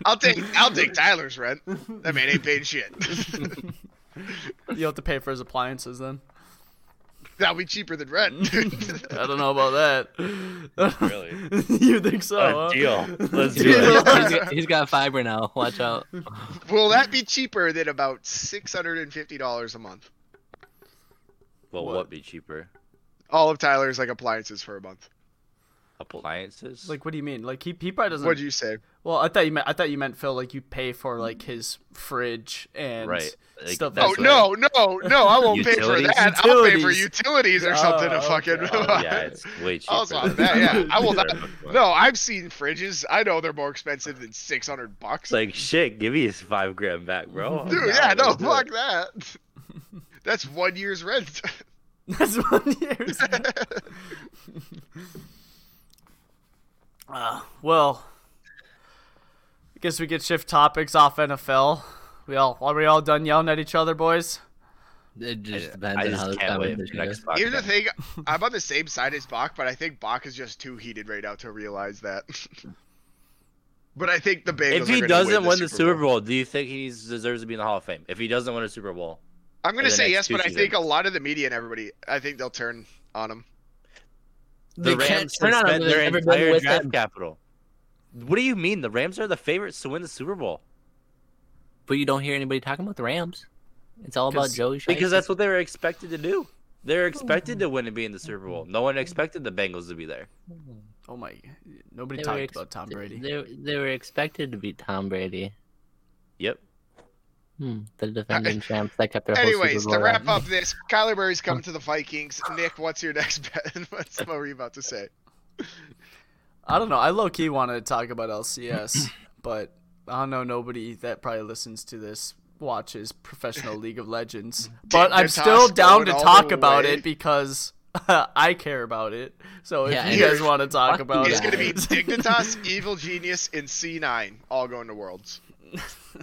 [SPEAKER 3] I'll take I'll take Tyler's rent. That man ain't paying shit.
[SPEAKER 2] you have to pay for his appliances then.
[SPEAKER 3] That'll be cheaper than rent.
[SPEAKER 2] I don't know about that.
[SPEAKER 4] Really? Uh,
[SPEAKER 2] you think so? huh?
[SPEAKER 4] deal. Let's do
[SPEAKER 2] Deal.
[SPEAKER 4] it.
[SPEAKER 6] He's got- he's got fiber now. Watch out.
[SPEAKER 3] Will that be cheaper than about six hundred and fifty dollars a month?
[SPEAKER 4] Well,
[SPEAKER 2] What?
[SPEAKER 4] what? be cheaper?
[SPEAKER 3] all of Tyler's like appliances for a month.
[SPEAKER 4] Appliances?
[SPEAKER 2] Like, what do you mean? Like, he, he probably doesn't.
[SPEAKER 3] What would you say?
[SPEAKER 2] Well, I thought you meant I thought you meant Phil like you pay for like his fridge and
[SPEAKER 4] Right, like,
[SPEAKER 2] stuff.
[SPEAKER 4] that's
[SPEAKER 3] Oh
[SPEAKER 2] like that.
[SPEAKER 3] no, no, no! I won't pay for
[SPEAKER 4] Utilities?
[SPEAKER 3] that. I'll pay for
[SPEAKER 2] Utilities.
[SPEAKER 3] utilities or something.
[SPEAKER 2] Oh,
[SPEAKER 3] to fucking.
[SPEAKER 4] Oh, yeah, it's way cheaper.
[SPEAKER 3] I was on
[SPEAKER 4] than-
[SPEAKER 3] that. Yeah, I will not.
[SPEAKER 4] Sorry.
[SPEAKER 3] No, I've seen fridges. I know they're more expensive than six hundred bucks.
[SPEAKER 4] It's like, shit, give me his five grand back, bro.
[SPEAKER 3] Dude,
[SPEAKER 4] Nah,
[SPEAKER 3] yeah, no,
[SPEAKER 4] let's do
[SPEAKER 3] fuck
[SPEAKER 4] it.
[SPEAKER 3] that. That's one year's rent.
[SPEAKER 2] That's one year's. uh, well, I guess we could shift topics off NFL. We all are we all done yelling at each other, boys?
[SPEAKER 6] It
[SPEAKER 4] I
[SPEAKER 6] just
[SPEAKER 4] just,
[SPEAKER 6] depends on how this
[SPEAKER 4] can't wait for
[SPEAKER 6] conversation
[SPEAKER 4] the next
[SPEAKER 6] goes.
[SPEAKER 4] podcast.
[SPEAKER 3] Here's the thing: I'm on the same side as Bach, but I think Bach is just too heated right now to realize that. but I think the Bengals.
[SPEAKER 4] If
[SPEAKER 3] are
[SPEAKER 4] he
[SPEAKER 3] gonna
[SPEAKER 4] doesn't win the Super
[SPEAKER 3] Bowl.
[SPEAKER 4] Bowl, do you think he deserves to be in the Hall of Fame? If he doesn't win a Super Bowl,
[SPEAKER 3] I'm gonna
[SPEAKER 4] in the
[SPEAKER 3] say
[SPEAKER 4] next
[SPEAKER 3] yes,
[SPEAKER 4] two
[SPEAKER 3] but I
[SPEAKER 4] seasons.
[SPEAKER 3] think a lot of the media and everybody, I think they'll turn on him.
[SPEAKER 4] the
[SPEAKER 6] You can't
[SPEAKER 4] Rams
[SPEAKER 6] turn
[SPEAKER 4] have
[SPEAKER 6] on
[SPEAKER 4] spent
[SPEAKER 6] him when
[SPEAKER 4] their
[SPEAKER 6] they've never been
[SPEAKER 4] entire
[SPEAKER 6] with
[SPEAKER 4] draft
[SPEAKER 6] him.
[SPEAKER 4] capital. What do you mean? The Rams are the favorites to win the Super Bowl
[SPEAKER 6] But you don't hear anybody talking about the Rams. It's all about
[SPEAKER 2] 'Cause-
[SPEAKER 6] Joey.
[SPEAKER 4] because
[SPEAKER 6] Shiesty.
[SPEAKER 4] that's what they were expected to do. They're expected to win and be in the Super Bowl. No one expected the Bengals to be there.
[SPEAKER 2] Oh my! Nobody
[SPEAKER 6] They
[SPEAKER 2] talked
[SPEAKER 6] were ex-
[SPEAKER 2] about Tom Brady.
[SPEAKER 6] They, they were expected to beat Tom Brady.
[SPEAKER 4] Yep.
[SPEAKER 6] Hmm, the defending champs that kept their whole
[SPEAKER 3] Anyways,
[SPEAKER 6] Super
[SPEAKER 3] to
[SPEAKER 6] Bowl
[SPEAKER 3] wrap
[SPEAKER 6] run.
[SPEAKER 3] up this, Kyler Murray's coming to the Vikings. Nick, what's your next bet? What's what were you about to say?
[SPEAKER 2] I don't know. I low key wanted to talk about LCS, but I don't know. Nobody that probably listens to this watches professional League of Legends. But I'm
[SPEAKER 3] Toss
[SPEAKER 2] still down
[SPEAKER 3] going
[SPEAKER 2] to
[SPEAKER 3] all
[SPEAKER 2] talk
[SPEAKER 3] the
[SPEAKER 2] about
[SPEAKER 3] way.
[SPEAKER 2] it because I care about it. So if
[SPEAKER 6] Yeah,
[SPEAKER 2] you
[SPEAKER 6] and-
[SPEAKER 2] guys want to talk
[SPEAKER 6] Fuck
[SPEAKER 4] Oh,
[SPEAKER 2] about
[SPEAKER 6] you
[SPEAKER 2] it,
[SPEAKER 3] It's going to be
[SPEAKER 6] guys.
[SPEAKER 3] Dignitas, Evil Genius, and C9 all going to Worlds.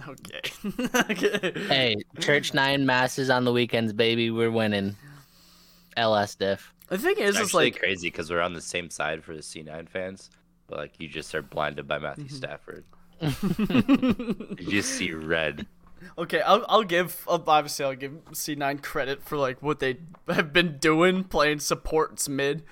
[SPEAKER 2] okay. okay.
[SPEAKER 6] Hey, Church Nine masses on the weekends, baby. We're winning. LS diff.
[SPEAKER 2] The thing is, it's
[SPEAKER 4] It's actually
[SPEAKER 2] like
[SPEAKER 4] crazy because we're on the same side for the C9 fans, but like you just are blinded by
[SPEAKER 6] Mm-hmm.
[SPEAKER 4] Matthew Stafford. you just see red.
[SPEAKER 2] Okay, I'll, I'll give uh, obviously I'll give C9 credit for like what they have been doing playing supports mid,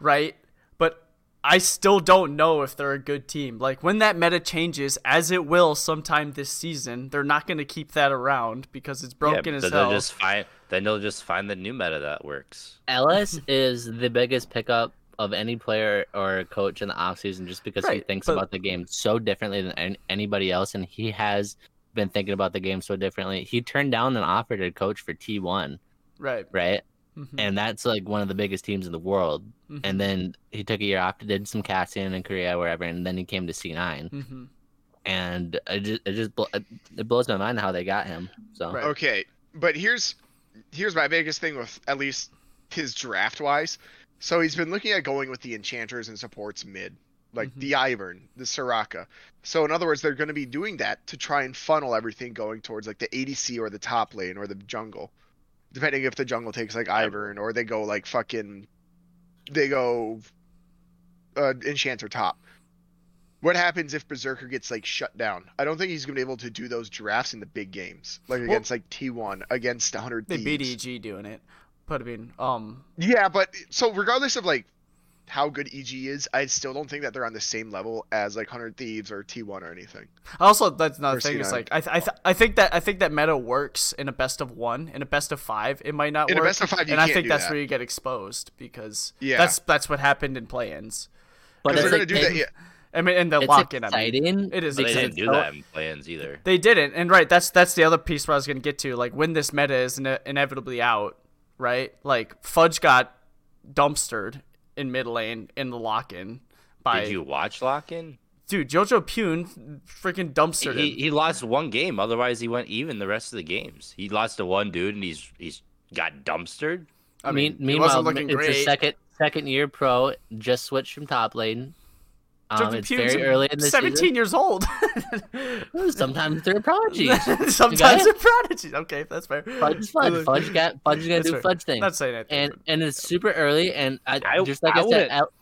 [SPEAKER 2] right? But I still don't know if they're a good team. Like when that meta changes, as it will sometime this season, they're not going to keep that around because it's broken
[SPEAKER 4] yeah,
[SPEAKER 2] as
[SPEAKER 4] so
[SPEAKER 2] hell.
[SPEAKER 4] they'll just find then they'll just find the new meta that works.
[SPEAKER 6] LS is the biggest pickup of any player or coach in the offseason just because he
[SPEAKER 2] Right,
[SPEAKER 6] thinks
[SPEAKER 2] but-
[SPEAKER 6] about the game so differently than an- anybody else. And he has been thinking about the game so differently. He turned down an offer to coach for T1,
[SPEAKER 2] right.
[SPEAKER 6] right?
[SPEAKER 2] Mhm.
[SPEAKER 6] And that's like one of the biggest teams in the world.
[SPEAKER 2] Mhm.
[SPEAKER 6] And then he took a year off, did some casting in Korea, wherever, and then he came to C9.
[SPEAKER 2] Mhm.
[SPEAKER 6] And it just, it just blo- it blows my mind how they got him. So,
[SPEAKER 2] Right.
[SPEAKER 3] Okay, but here's here's my biggest thing with at least his draft wise. So he's been looking at going with the enchanters and supports mid, like the Ivern, the Soraka. So in other words, they're going to be doing that to try and funnel everything going towards like the ADC or the top lane or the jungle, depending if the jungle takes like Ivern or they go like fucking, they go, uh, enchanter top. What happens if Berserker gets like shut down? I don't think he's gonna be able to do those drafts in the big games, like against like T1, against 100
[SPEAKER 2] They beat
[SPEAKER 3] Thieves.
[SPEAKER 2] EG doing it, but I mean, um,
[SPEAKER 3] Yeah, but so regardless of like how good EG is, I still don't think that they're on the same level as like 100 Thieves or T1 or anything.
[SPEAKER 2] Also, that's another
[SPEAKER 3] Or
[SPEAKER 2] thing. Is
[SPEAKER 3] C9.
[SPEAKER 2] like I, th- I, th- I think that I think that meta works in a best of one, in a best of five. It might not
[SPEAKER 3] In a
[SPEAKER 2] work.
[SPEAKER 3] best of five, you
[SPEAKER 2] and I
[SPEAKER 3] can't
[SPEAKER 2] think
[SPEAKER 3] do
[SPEAKER 2] that's
[SPEAKER 3] that.
[SPEAKER 2] where you get exposed because
[SPEAKER 3] Yeah.
[SPEAKER 2] that's that's what happened in play-ins.
[SPEAKER 6] but
[SPEAKER 3] Because
[SPEAKER 6] it's,
[SPEAKER 3] they're gonna
[SPEAKER 6] like,
[SPEAKER 3] do that. Yeah,
[SPEAKER 2] I mean, and the
[SPEAKER 6] it's
[SPEAKER 2] lock-in. I mean.
[SPEAKER 6] exciting.
[SPEAKER 2] It is
[SPEAKER 4] But they
[SPEAKER 2] exciting.
[SPEAKER 4] didn't do that in plans either.
[SPEAKER 2] They didn't, and right, that's that's the other piece where I was gonna get to. Like when this meta is ine- inevitably out, right? Like Fudge got dumpstered in mid lane in the lock-in by
[SPEAKER 4] Did you watch Lockin?
[SPEAKER 2] dude Jojo Pune freaking dumpstered
[SPEAKER 4] He,
[SPEAKER 2] him.
[SPEAKER 4] he lost one game. Otherwise, he went even the rest of the games. He lost to one dude, and he's he's got dumpstered.
[SPEAKER 2] I
[SPEAKER 6] mean,
[SPEAKER 2] he
[SPEAKER 6] meanwhile,
[SPEAKER 2] wasn't looking
[SPEAKER 6] it's a
[SPEAKER 2] great.
[SPEAKER 6] second second year pro. Just switched from top lane. Um,
[SPEAKER 2] Jordan
[SPEAKER 6] it's
[SPEAKER 2] Pune's
[SPEAKER 6] very early in the
[SPEAKER 2] 17
[SPEAKER 6] season.
[SPEAKER 2] years old.
[SPEAKER 6] Ooh, Sometimes they're prodigies.
[SPEAKER 2] Sometimes they're prodigies. Okay, that's fair.
[SPEAKER 6] Fudge, fudge, fudge, got, fudge is gonna
[SPEAKER 2] That's
[SPEAKER 6] do
[SPEAKER 2] fair.
[SPEAKER 6] fudge things.
[SPEAKER 2] Not saying anything.
[SPEAKER 6] and and it's super early. And I,
[SPEAKER 4] I-
[SPEAKER 6] just like
[SPEAKER 4] I
[SPEAKER 6] I, said,
[SPEAKER 4] wouldn't-
[SPEAKER 6] El-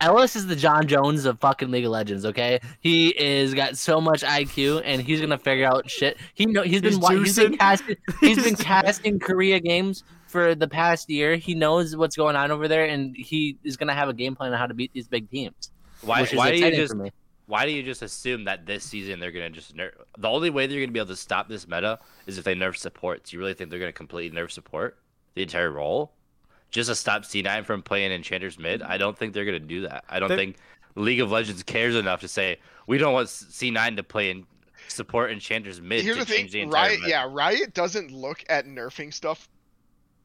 [SPEAKER 6] Ellis is the John Jones of fucking League of Legends. Okay, he is got so much IQ, and he's gonna figure out shit. He know he's been
[SPEAKER 2] He's
[SPEAKER 6] wa- he's been
[SPEAKER 2] juicing.
[SPEAKER 6] casting he's been
[SPEAKER 2] He's-
[SPEAKER 6] casting Korea games for the past year. He knows what's going on over there, and he is gonna have a game plan on how to beat these big teams.
[SPEAKER 4] Why
[SPEAKER 6] which is
[SPEAKER 4] why do you
[SPEAKER 6] exciting
[SPEAKER 4] just
[SPEAKER 6] for me.
[SPEAKER 4] why do you just assume that this season they're gonna just nerf? The only way they're gonna be able to stop this meta is if they nerf supports. You really think they're gonna completely nerf support the entire role? Just to stop C9 from playing Enchanter's mid? I don't think they're gonna do that. I don't
[SPEAKER 2] They-
[SPEAKER 4] think League of Legends cares enough to say we don't want C9 to play in support Enchanter's mid
[SPEAKER 3] here's
[SPEAKER 4] to
[SPEAKER 3] the thing:
[SPEAKER 4] change the entire
[SPEAKER 3] Riot,
[SPEAKER 4] meta.
[SPEAKER 3] yeah, Riot doesn't look at nerfing stuff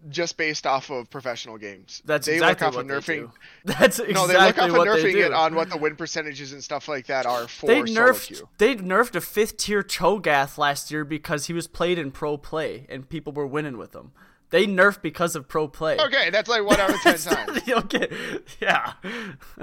[SPEAKER 3] just based off of professional games.
[SPEAKER 2] that's
[SPEAKER 3] they
[SPEAKER 2] exactly
[SPEAKER 3] look off
[SPEAKER 2] what
[SPEAKER 3] of nerfing.
[SPEAKER 2] They do. That's exactly
[SPEAKER 3] no, they look off of
[SPEAKER 2] what they
[SPEAKER 3] nerfing
[SPEAKER 2] do.
[SPEAKER 3] it on what the win percentages and stuff like that are for
[SPEAKER 2] they
[SPEAKER 3] solo
[SPEAKER 2] nerfed
[SPEAKER 3] queue.
[SPEAKER 2] they nerfed a fifth tier Cho'Gath last year because he was played in pro play and people were winning with him. They nerfed because of pro play.
[SPEAKER 3] Okay, that's like one out of ten times.
[SPEAKER 2] okay. Yeah.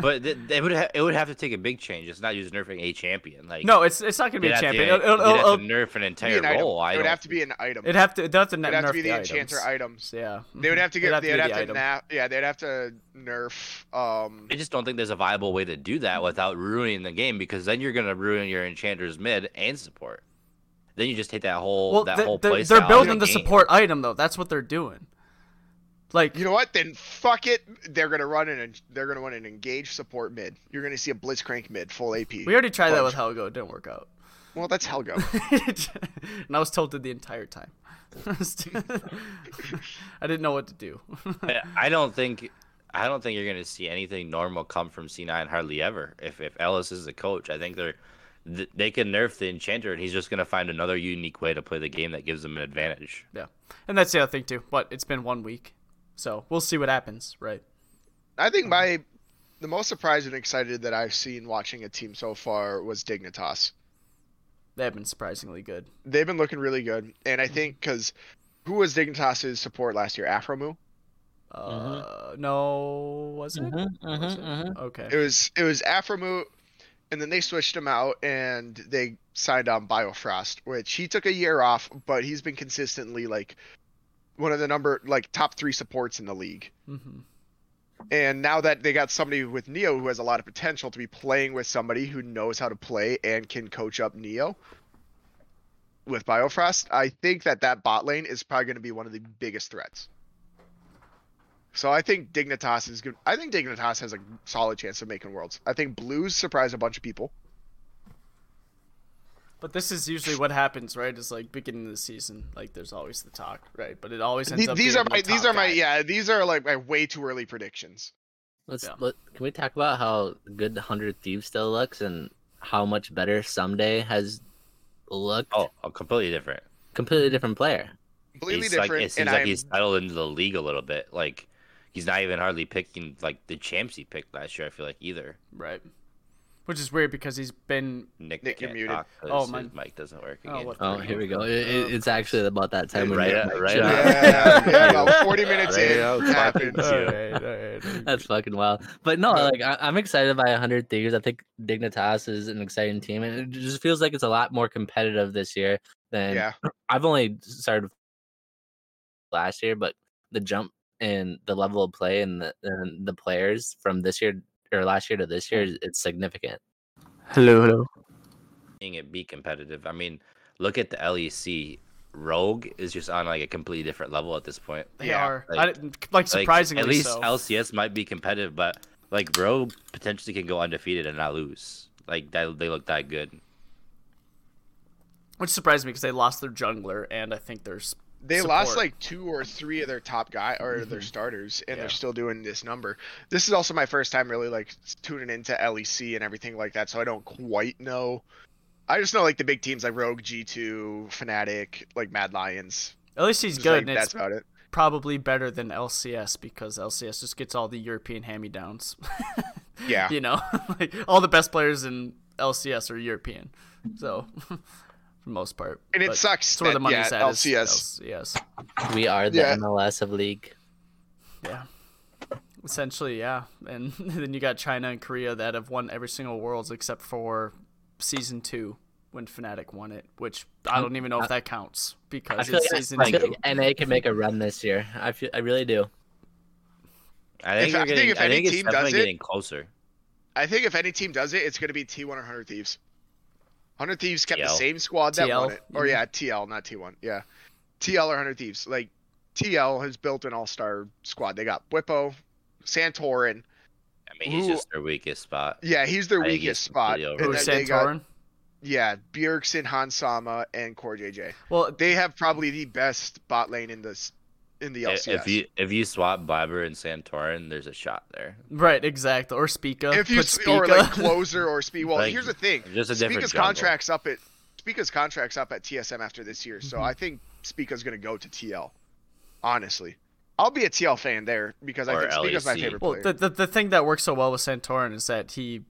[SPEAKER 4] But th- they would ha- it would have to take a big change. It's not just nerfing a champion. Like
[SPEAKER 2] No, it's it's not gonna be
[SPEAKER 4] you'd
[SPEAKER 2] a
[SPEAKER 4] have to-
[SPEAKER 2] champion.
[SPEAKER 4] you'd
[SPEAKER 2] It'll, it'll,
[SPEAKER 4] have
[SPEAKER 2] it'll,
[SPEAKER 4] to nerf an
[SPEAKER 3] It'd be
[SPEAKER 4] entire
[SPEAKER 3] an item.
[SPEAKER 4] role. I
[SPEAKER 3] It would
[SPEAKER 4] don't
[SPEAKER 3] have to be an item.
[SPEAKER 2] it'd have to it'd have to
[SPEAKER 3] It'd have
[SPEAKER 2] nerf
[SPEAKER 3] to be the,
[SPEAKER 2] items.
[SPEAKER 3] enchanter items.
[SPEAKER 2] Yeah.
[SPEAKER 3] They would have to
[SPEAKER 2] It'd
[SPEAKER 3] get. They would
[SPEAKER 2] be
[SPEAKER 3] have
[SPEAKER 2] the
[SPEAKER 3] to
[SPEAKER 2] item.
[SPEAKER 3] nap. Yeah, they'd have to nerf. Um,
[SPEAKER 4] I just don't think there's a viable way to do that without ruining the game because then you're gonna ruin your enchanter's mid and support. Then you just take that whole
[SPEAKER 2] Well,
[SPEAKER 4] that
[SPEAKER 2] they,
[SPEAKER 4] whole
[SPEAKER 2] they're,
[SPEAKER 4] place.
[SPEAKER 2] they're building the support item though. That's what they're doing. Like
[SPEAKER 3] you know what? Then fuck it. They're gonna run an. They're gonna run an engage support mid. You're gonna see a blitzcrank mid, full AP.
[SPEAKER 2] we already tried that with
[SPEAKER 3] Fudge.
[SPEAKER 2] Helgo, it didn't work out.
[SPEAKER 3] Well, that's Helga.
[SPEAKER 2] and I was tilted the entire time. I didn't know what to do.
[SPEAKER 4] I- I don't think I don't think you're gonna see anything normal come from C9 hardly ever. If if Ellis is the coach, I think they're th- they can nerf the enchanter, and he's just gonna find another unique way to play the game that gives him an advantage.
[SPEAKER 2] yeah, and that's the other thing too. But it's been one week, so we'll see what happens, right?
[SPEAKER 3] I think my the most surprised and excited that I've seen watching a team so far was Dignitas.
[SPEAKER 2] They've been surprisingly good.
[SPEAKER 3] They've been looking really good, and I think because who was Dignitas' support last year? Afromu.
[SPEAKER 2] Uh,
[SPEAKER 3] Mm-hmm.
[SPEAKER 2] No, was it? Was it? Okay.
[SPEAKER 3] It was it was Afromu, and then they switched him out and they signed on Biofrost, which he took a year off, but he's been consistently like one of the number like top three supports in the league.
[SPEAKER 2] hmm
[SPEAKER 3] And now that they got somebody with Neo who has a lot of potential to be playing with somebody who knows how to play and can coach up Neo with Biofrost, I think that that bot lane is probably going to be one of the biggest threats. So I think Dignitas is good. I think Dignitas has a solid chance of making worlds. I think Blues surprised a bunch of people.
[SPEAKER 2] But this is usually what happens, right? Is like beginning of the season, like there's always the talk, right? But it always ends
[SPEAKER 3] The-
[SPEAKER 2] up
[SPEAKER 3] These
[SPEAKER 2] being
[SPEAKER 3] are
[SPEAKER 2] the
[SPEAKER 3] my these
[SPEAKER 2] top
[SPEAKER 3] are my
[SPEAKER 2] guy.
[SPEAKER 3] yeah these are like my way too early predictions.
[SPEAKER 6] Let's
[SPEAKER 2] Yeah.
[SPEAKER 6] let, can we talk about how good the Hundred Thieves still looks and how much better someday has looked?
[SPEAKER 4] Oh, a completely different.
[SPEAKER 6] Completely different player.
[SPEAKER 3] Completely
[SPEAKER 4] he's
[SPEAKER 3] different.
[SPEAKER 4] Like, it
[SPEAKER 3] and
[SPEAKER 4] seems like
[SPEAKER 3] I'm-
[SPEAKER 4] he's settled into the league a little bit. Like he's not even hardly picking like the champs he picked last year. I feel like either
[SPEAKER 2] right. Which is weird because he's been
[SPEAKER 4] Nick,
[SPEAKER 3] Nick, you're
[SPEAKER 4] can't
[SPEAKER 3] muted.
[SPEAKER 4] talk 'cause
[SPEAKER 2] Oh,
[SPEAKER 4] his
[SPEAKER 2] mine-
[SPEAKER 4] mic doesn't work
[SPEAKER 2] Oh,
[SPEAKER 4] again.
[SPEAKER 2] what-
[SPEAKER 6] Oh, here we go. It, it, it's actually about that time when
[SPEAKER 4] Right
[SPEAKER 6] you're
[SPEAKER 4] up-
[SPEAKER 6] like,
[SPEAKER 4] right
[SPEAKER 6] shut
[SPEAKER 4] up.
[SPEAKER 6] up.
[SPEAKER 3] yeah, about 40 minutes
[SPEAKER 4] Right
[SPEAKER 3] in,
[SPEAKER 4] up, fucking
[SPEAKER 3] happens.
[SPEAKER 4] All Yeah.
[SPEAKER 2] right, all right.
[SPEAKER 6] That's fucking wild. But no, like I, I'm excited by 100 Thieves. I think Dignitas is an exciting team, and it just feels like it's a lot more competitive this year than
[SPEAKER 3] Yeah.
[SPEAKER 6] I've only started last year, but the jump and the level of play and the, and the players from this year or last year to this year is it's significant.
[SPEAKER 2] Hello, hello.
[SPEAKER 4] seeing it be competitive. I mean, look at the LEC. Rogue is just on like a completely different level at this point.
[SPEAKER 2] They
[SPEAKER 3] Yeah,
[SPEAKER 2] are
[SPEAKER 4] like-
[SPEAKER 2] I didn't, like
[SPEAKER 4] Like,
[SPEAKER 2] surprisingly
[SPEAKER 4] at least
[SPEAKER 2] so.
[SPEAKER 4] LCS might be competitive, but like Rogue potentially can go undefeated and not lose. Like that, they look that good.
[SPEAKER 2] Which surprised me because they lost their jungler, and I think there's
[SPEAKER 3] They
[SPEAKER 2] support.
[SPEAKER 3] lost
[SPEAKER 2] Mm-hmm.
[SPEAKER 3] like two or three of their top guy or their starters, and
[SPEAKER 4] Yeah.
[SPEAKER 3] they're still doing this number. This is also my first time really like tuning into LEC and everything like that, so I don't quite know. I just know like the big teams like Rogue, G2, Fnatic, like Mad Lions.
[SPEAKER 2] LEC's
[SPEAKER 3] Just,
[SPEAKER 2] good,
[SPEAKER 3] like,
[SPEAKER 2] and
[SPEAKER 3] that's
[SPEAKER 2] it's
[SPEAKER 3] about it.
[SPEAKER 2] probably better than LCS because LCS just gets all the European hand-me-downs.
[SPEAKER 3] Yeah.
[SPEAKER 2] you know, like all the best players in LCS are European, so for the most part.
[SPEAKER 3] And it
[SPEAKER 2] But
[SPEAKER 3] sucks
[SPEAKER 2] It's where
[SPEAKER 3] that-
[SPEAKER 2] the money's
[SPEAKER 3] yeah,
[SPEAKER 2] at. is
[SPEAKER 3] LCS.
[SPEAKER 2] LCS.
[SPEAKER 6] We are the
[SPEAKER 3] Yeah.
[SPEAKER 6] MLS of league.
[SPEAKER 2] Yeah. Essentially, yeah. And then you got China and Korea that have won every single Worlds except for season two when Fnatic won it, which I don't even know if that counts
[SPEAKER 6] Mm, I
[SPEAKER 2] because
[SPEAKER 6] feel,
[SPEAKER 2] it's
[SPEAKER 6] like,
[SPEAKER 2] season
[SPEAKER 6] I feel
[SPEAKER 2] two.
[SPEAKER 6] like NA can make a run this year. I feel, I really do.
[SPEAKER 4] I think,
[SPEAKER 3] If- I
[SPEAKER 4] you're
[SPEAKER 3] think
[SPEAKER 4] getting,
[SPEAKER 3] if
[SPEAKER 4] I
[SPEAKER 3] any
[SPEAKER 4] think it's
[SPEAKER 3] team does
[SPEAKER 4] definitely
[SPEAKER 3] it-
[SPEAKER 4] getting closer.
[SPEAKER 3] I think if any team does it, it's going to be T1 or 100 Thieves. 100 Thieves kept the
[SPEAKER 4] TL.
[SPEAKER 3] same squad that
[SPEAKER 2] TL,
[SPEAKER 3] won it. Or
[SPEAKER 4] Mm-hmm.
[SPEAKER 2] you mean?
[SPEAKER 3] yeah, TL, not T1. Yeah. TL or 100 Thieves. Like TL has built an all-star squad. They got Whippo, Santorin.
[SPEAKER 4] I mean, he's
[SPEAKER 3] Who-
[SPEAKER 4] just their weakest spot.
[SPEAKER 3] Yeah, he's their
[SPEAKER 4] I think he's
[SPEAKER 3] weakest spot.
[SPEAKER 4] completely
[SPEAKER 3] And
[SPEAKER 2] Who
[SPEAKER 4] overrated.
[SPEAKER 3] then
[SPEAKER 2] is
[SPEAKER 3] they got-
[SPEAKER 2] Santorin?
[SPEAKER 3] yeah, Bjergsen, Hansama, and Core JJ.
[SPEAKER 2] Well,
[SPEAKER 3] They have probably the best bot lane in this in the
[SPEAKER 4] If
[SPEAKER 3] LCS.
[SPEAKER 4] if you if you swap Blabber and Santorin, there's a shot there.
[SPEAKER 2] right, exactly. Or Spica.
[SPEAKER 3] if you
[SPEAKER 2] Put
[SPEAKER 3] sp- or like
[SPEAKER 2] Spica-
[SPEAKER 3] closer or speed. Well,
[SPEAKER 4] Like,
[SPEAKER 3] here's the thing.
[SPEAKER 4] just a different
[SPEAKER 3] Spica's
[SPEAKER 4] jungle.
[SPEAKER 3] contracts up at Spica's contracts up at TSM after this year,
[SPEAKER 2] Mm-hmm.
[SPEAKER 3] so I think Spica's going to go to TL. Honestly, I'll be a TL fan there because I
[SPEAKER 4] Or
[SPEAKER 3] think Spica's my
[SPEAKER 4] LEC.
[SPEAKER 3] favorite
[SPEAKER 2] well,
[SPEAKER 3] player.
[SPEAKER 2] the, the the thing that works so well with Santorin is that he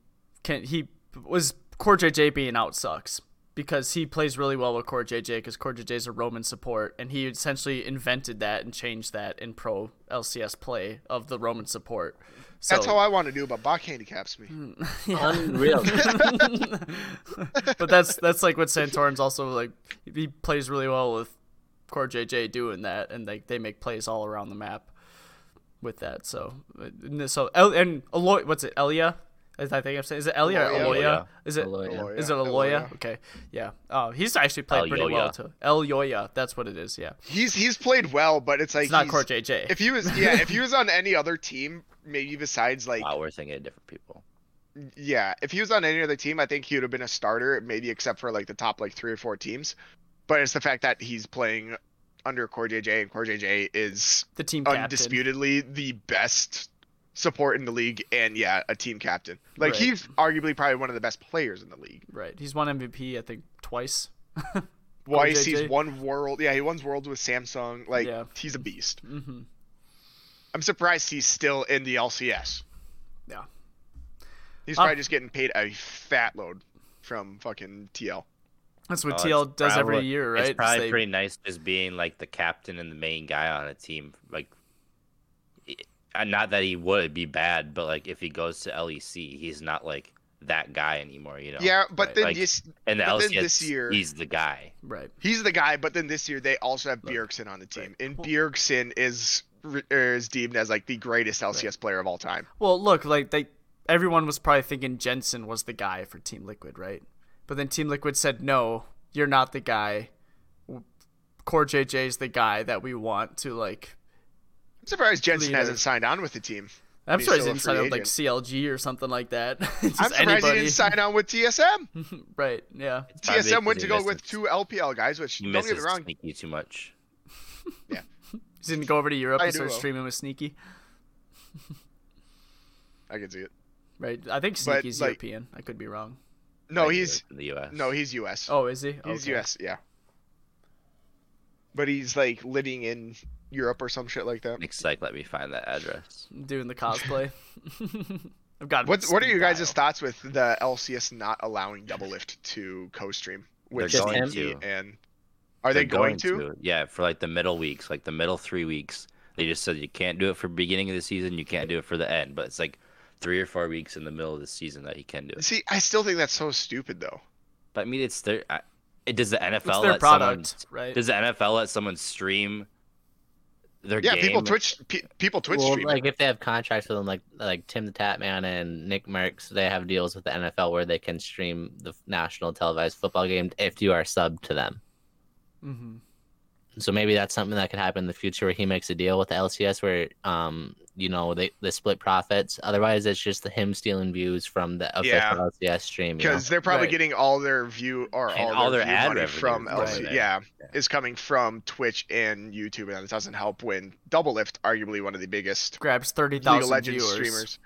[SPEAKER 2] can he was Core JJ being out sucks because he plays really well with Core JJ because Core JJ is a Roman support and he essentially invented that and changed that in pro LCS play of the Roman support. So, Hmm.
[SPEAKER 3] That's how I want to do, but Bach handicaps me.
[SPEAKER 6] Unreal.
[SPEAKER 2] but that's that's like what Santorin's also like. He plays really well with Core JJ doing that, and like they make plays all around the map with that. So and this- so El- and Aloy, what's it? Elia? Is I think I'm saying is it Elia or
[SPEAKER 3] Aloya.
[SPEAKER 2] Aloya? Is it
[SPEAKER 6] Aloya.
[SPEAKER 2] is it Aloya?
[SPEAKER 3] Aloya.
[SPEAKER 2] Okay, yeah. Oh, he's actually played pretty well
[SPEAKER 4] Aloya.
[SPEAKER 2] too. El Yoya, that's what it is. Yeah,
[SPEAKER 3] He's he's played well, but it's like
[SPEAKER 2] it's not
[SPEAKER 3] he's-
[SPEAKER 2] Core JJ.
[SPEAKER 3] If he was yeah, if he was on any other team, maybe besides like
[SPEAKER 4] Wow, we're thinking of different people.
[SPEAKER 3] yeah, if he was on any other team, I think he would have been a starter, maybe except for like the top like three or four teams. But it's the fact that he's playing under Core JJ, and Core JJ is
[SPEAKER 2] The team captain.
[SPEAKER 3] undisputedly the best support in the league, and yeah, a team captain. Like
[SPEAKER 2] Right.
[SPEAKER 3] he's arguably probably one of the best players in the league.
[SPEAKER 2] Right. He's won MVP, I think, twice.
[SPEAKER 3] Why
[SPEAKER 2] JJ?
[SPEAKER 3] he's won world, yeah, he won worlds with Samsung. Like
[SPEAKER 2] Yeah.
[SPEAKER 3] he's a beast.
[SPEAKER 2] mm-hmm.
[SPEAKER 3] I'm surprised he's still in the LCS.
[SPEAKER 2] Yeah.
[SPEAKER 3] He's
[SPEAKER 2] Um,
[SPEAKER 3] probably just getting paid a fat load from fucking TL.
[SPEAKER 2] That's what
[SPEAKER 4] Oh, it's
[SPEAKER 2] TL does every
[SPEAKER 4] probably-
[SPEAKER 2] year, right?
[SPEAKER 4] It's
[SPEAKER 2] Just
[SPEAKER 4] probably
[SPEAKER 2] they-
[SPEAKER 4] pretty nice just being like the captain and the main guy on a team. Like, it- uh, not that he would be bad, but like if he goes to LEC, he's not like that guy anymore, you know?
[SPEAKER 3] Yeah, but
[SPEAKER 2] right,
[SPEAKER 3] then
[SPEAKER 4] like-
[SPEAKER 3] this,
[SPEAKER 4] And the
[SPEAKER 3] but then
[SPEAKER 4] LCS,
[SPEAKER 3] this year-
[SPEAKER 4] he's the guy.
[SPEAKER 2] right.
[SPEAKER 3] he's the guy. But then this year they also have Bjergsen on the team, and Bjergsen is re- er, is deemed as like the greatest LCS player of all time.
[SPEAKER 2] Well, look, like they everyone was probably thinking Jensen was the guy for Team Liquid, right? But then Team Liquid said, "No, you're not the guy. Core JJ is the guy that we want to like."
[SPEAKER 3] I'm surprised Jensen
[SPEAKER 2] Leader.
[SPEAKER 3] hasn't signed on with the team.
[SPEAKER 2] I'm surprised he
[SPEAKER 3] He's still a
[SPEAKER 2] didn't sign
[SPEAKER 3] free
[SPEAKER 2] up like
[SPEAKER 3] agent.
[SPEAKER 2] CLG or something like that. Just
[SPEAKER 3] I'm surprised
[SPEAKER 2] anybody.
[SPEAKER 3] he didn't sign on with TSM.
[SPEAKER 2] right? Yeah.
[SPEAKER 4] Probably
[SPEAKER 3] TSM went
[SPEAKER 4] because
[SPEAKER 3] to
[SPEAKER 4] he
[SPEAKER 3] go
[SPEAKER 4] misses-
[SPEAKER 3] with two LPL guys, which
[SPEAKER 4] He
[SPEAKER 3] don't get me
[SPEAKER 4] misses
[SPEAKER 3] wrong,
[SPEAKER 4] Sneaky too much.
[SPEAKER 2] He didn't go over to Europe
[SPEAKER 3] I
[SPEAKER 2] and
[SPEAKER 3] do
[SPEAKER 2] start
[SPEAKER 3] well.
[SPEAKER 2] streaming with Sneaky.
[SPEAKER 3] I can see it.
[SPEAKER 2] Right. I think Sneaky's
[SPEAKER 3] like-
[SPEAKER 2] European. I could be wrong.
[SPEAKER 3] No,
[SPEAKER 4] Like,
[SPEAKER 3] he's
[SPEAKER 4] in the US.
[SPEAKER 3] no, he's US.
[SPEAKER 2] Oh, is he?
[SPEAKER 3] He's
[SPEAKER 2] Okay.
[SPEAKER 3] US, yeah. But he's like living in Europe or some shit like that.
[SPEAKER 4] Next, like, let me find that address.
[SPEAKER 2] doing the cosplay. I've got.
[SPEAKER 3] What what are you guys'
[SPEAKER 2] Style.
[SPEAKER 3] thoughts with the LCS not allowing double lift to co-stream with
[SPEAKER 4] They're
[SPEAKER 6] going
[SPEAKER 3] Sneaky
[SPEAKER 4] to.
[SPEAKER 3] and are they
[SPEAKER 4] They're
[SPEAKER 3] going, to?
[SPEAKER 4] Yeah, for like the middle weeks, like the middle three weeks, they just said you can't do it for beginning of the season, you can't do it for the end, but it's like three or four weeks in the middle of the season that he can do it.
[SPEAKER 3] See, I still think that's so stupid though.
[SPEAKER 4] But I mean, it's their. I, it does the NFL
[SPEAKER 2] their
[SPEAKER 4] let
[SPEAKER 2] product,
[SPEAKER 4] someone,
[SPEAKER 2] right?
[SPEAKER 4] Does the NFL let someone stream their
[SPEAKER 3] Yeah,
[SPEAKER 4] game?
[SPEAKER 3] people Twitch pe- people Twitch
[SPEAKER 6] Well,
[SPEAKER 3] stream. it.
[SPEAKER 6] like if they have contracts with them, like like Tim the Tatman and Nick Merckx, they have deals with the NFL where they can stream the national televised football game if you are subbed to them.
[SPEAKER 2] Mm-hmm.
[SPEAKER 6] So maybe that's something that could happen in the future where he makes a deal with the LCS where um you know they, they split profits. Otherwise, it's just him stealing views from the official
[SPEAKER 3] Yeah.
[SPEAKER 6] LCS stream. You know?
[SPEAKER 3] because they're probably
[SPEAKER 2] Right.
[SPEAKER 3] getting all their view or
[SPEAKER 4] And
[SPEAKER 3] all,
[SPEAKER 4] all
[SPEAKER 3] their,
[SPEAKER 4] their ad
[SPEAKER 3] ad money
[SPEAKER 4] revenue
[SPEAKER 3] from
[SPEAKER 4] is
[SPEAKER 2] going
[SPEAKER 3] LC.
[SPEAKER 4] there.
[SPEAKER 3] Yeah,
[SPEAKER 4] Yeah.
[SPEAKER 3] is coming from Twitch and YouTube, and it doesn't help when Double Lift, arguably one of the biggest
[SPEAKER 2] grabs thirty
[SPEAKER 3] League of
[SPEAKER 2] thousand
[SPEAKER 3] Legends
[SPEAKER 2] viewers.
[SPEAKER 3] streamers.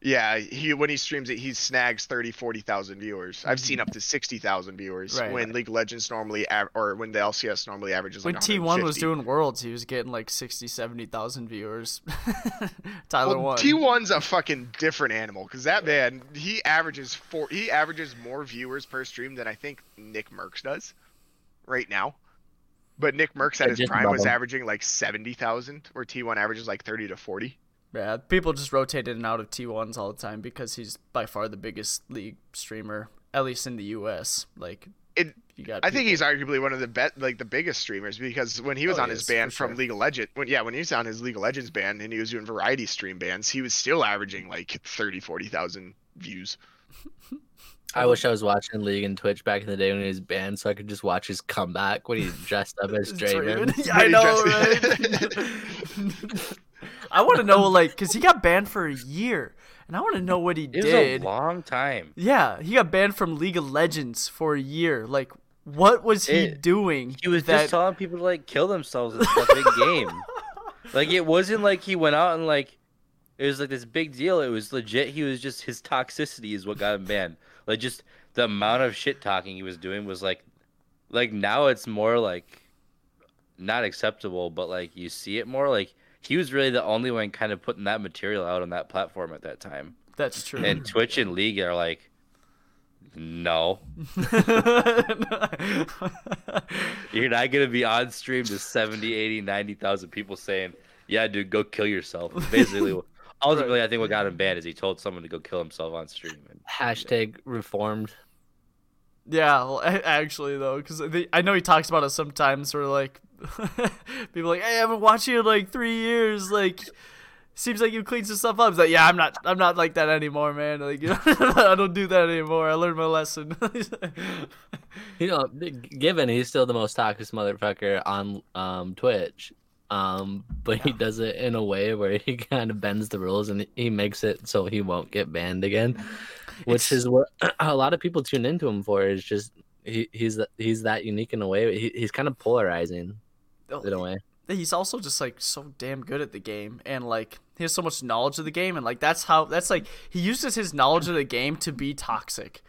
[SPEAKER 3] Yeah, he when he streams it, he snags 30, 40,000 viewers. I've seen up to sixty thousand viewers
[SPEAKER 2] Mm-hmm. Right.
[SPEAKER 3] when League of Legends normally, av- or when the LCS normally averages.
[SPEAKER 2] When
[SPEAKER 3] like
[SPEAKER 2] T1 was
[SPEAKER 3] 150.
[SPEAKER 2] doing Worlds, he was getting like 60, 70,000 viewers. Tyler
[SPEAKER 3] Well,
[SPEAKER 2] won.
[SPEAKER 3] T1's a fucking different animal because that man he averages four he averages more viewers per stream than I think Nick Merckx does right now. But Nick Merckx at
[SPEAKER 6] I
[SPEAKER 3] his
[SPEAKER 6] just
[SPEAKER 3] prime
[SPEAKER 6] love
[SPEAKER 3] was
[SPEAKER 6] him.
[SPEAKER 3] averaging like seventy thousand, where T1 averages like thirty to forty.
[SPEAKER 2] Yeah, people just rotate in and out of T1s all the time because he's by far the biggest league streamer, at least in the US. Like,
[SPEAKER 3] It-
[SPEAKER 2] you got.
[SPEAKER 3] I think he's arguably one of the bet like the biggest streamers because when he was
[SPEAKER 2] Oh,
[SPEAKER 3] on
[SPEAKER 2] he
[SPEAKER 3] his
[SPEAKER 2] is,
[SPEAKER 3] ban
[SPEAKER 2] for
[SPEAKER 3] from
[SPEAKER 2] sure.
[SPEAKER 3] League of Legends, when yeah, when he was on his League of Legends ban and he was doing variety stream bans, he was still averaging like 30, 40,000 views.
[SPEAKER 6] I wish I was watching League and Twitch back in the day when he was banned, so I could just watch his comeback when he's dressed up as Draven.
[SPEAKER 2] Yeah, I
[SPEAKER 3] Pretty
[SPEAKER 2] know,
[SPEAKER 3] drastic.
[SPEAKER 2] right? I want to know, like, because he got banned for a year, and I want to know what he
[SPEAKER 4] It was
[SPEAKER 2] did.
[SPEAKER 4] a long time.
[SPEAKER 2] Yeah, he got banned from League of Legends for a year. Like, what was he
[SPEAKER 4] It-
[SPEAKER 2] doing?
[SPEAKER 4] He was
[SPEAKER 2] that
[SPEAKER 4] just telling people to like kill themselves and stuff in game. Like it wasn't like he went out and like it was like this big deal. It was legit. He was just his toxicity is what got him banned. Like just the amount of shit talking he was doing was like, like now it's more like not acceptable, but like you see it more. Like he was really the only one kind of putting that material out on that platform at that time.
[SPEAKER 2] That's true.
[SPEAKER 4] And Twitch and League are like, no, You're not gonna be on stream to 70, 80, 90,000 people saying, "Yeah, dude, go kill yourself." Basically, ultimately, I think what got him banned is he told someone to go kill himself on stream. And
[SPEAKER 6] Hashtag reformed.
[SPEAKER 2] yeah, well, a- actually though, because I know he talks about it sometimes, where like people are like, "Hey, I haven't watched you in like three years." Like, seems like you cleaned some stuff up. He's like, "Yeah, I'm not, I'm not like that anymore, man. Like, you know, I don't do that anymore. I learned my lesson."
[SPEAKER 6] You know, g- given he's still the most toxic motherfucker on um Twitch, um, but he does it in a way where he kind of bends the rules and he makes it so he won't get banned again. which is what a lot of people tune into him for. Is just he, he's th- he's that unique in a way. He, he's kind of polarizing
[SPEAKER 2] Oh,
[SPEAKER 6] in a way.
[SPEAKER 2] he's also just like so damn good at the game and like he has so much knowledge of the game and like that's how that's like he uses his knowledge of the game to be toxic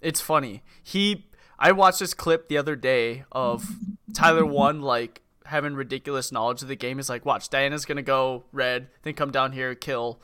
[SPEAKER 2] it's funny he i watched this clip the other day of tyler one like having ridiculous knowledge of the game he's like watch diana's gonna go red then come down here kill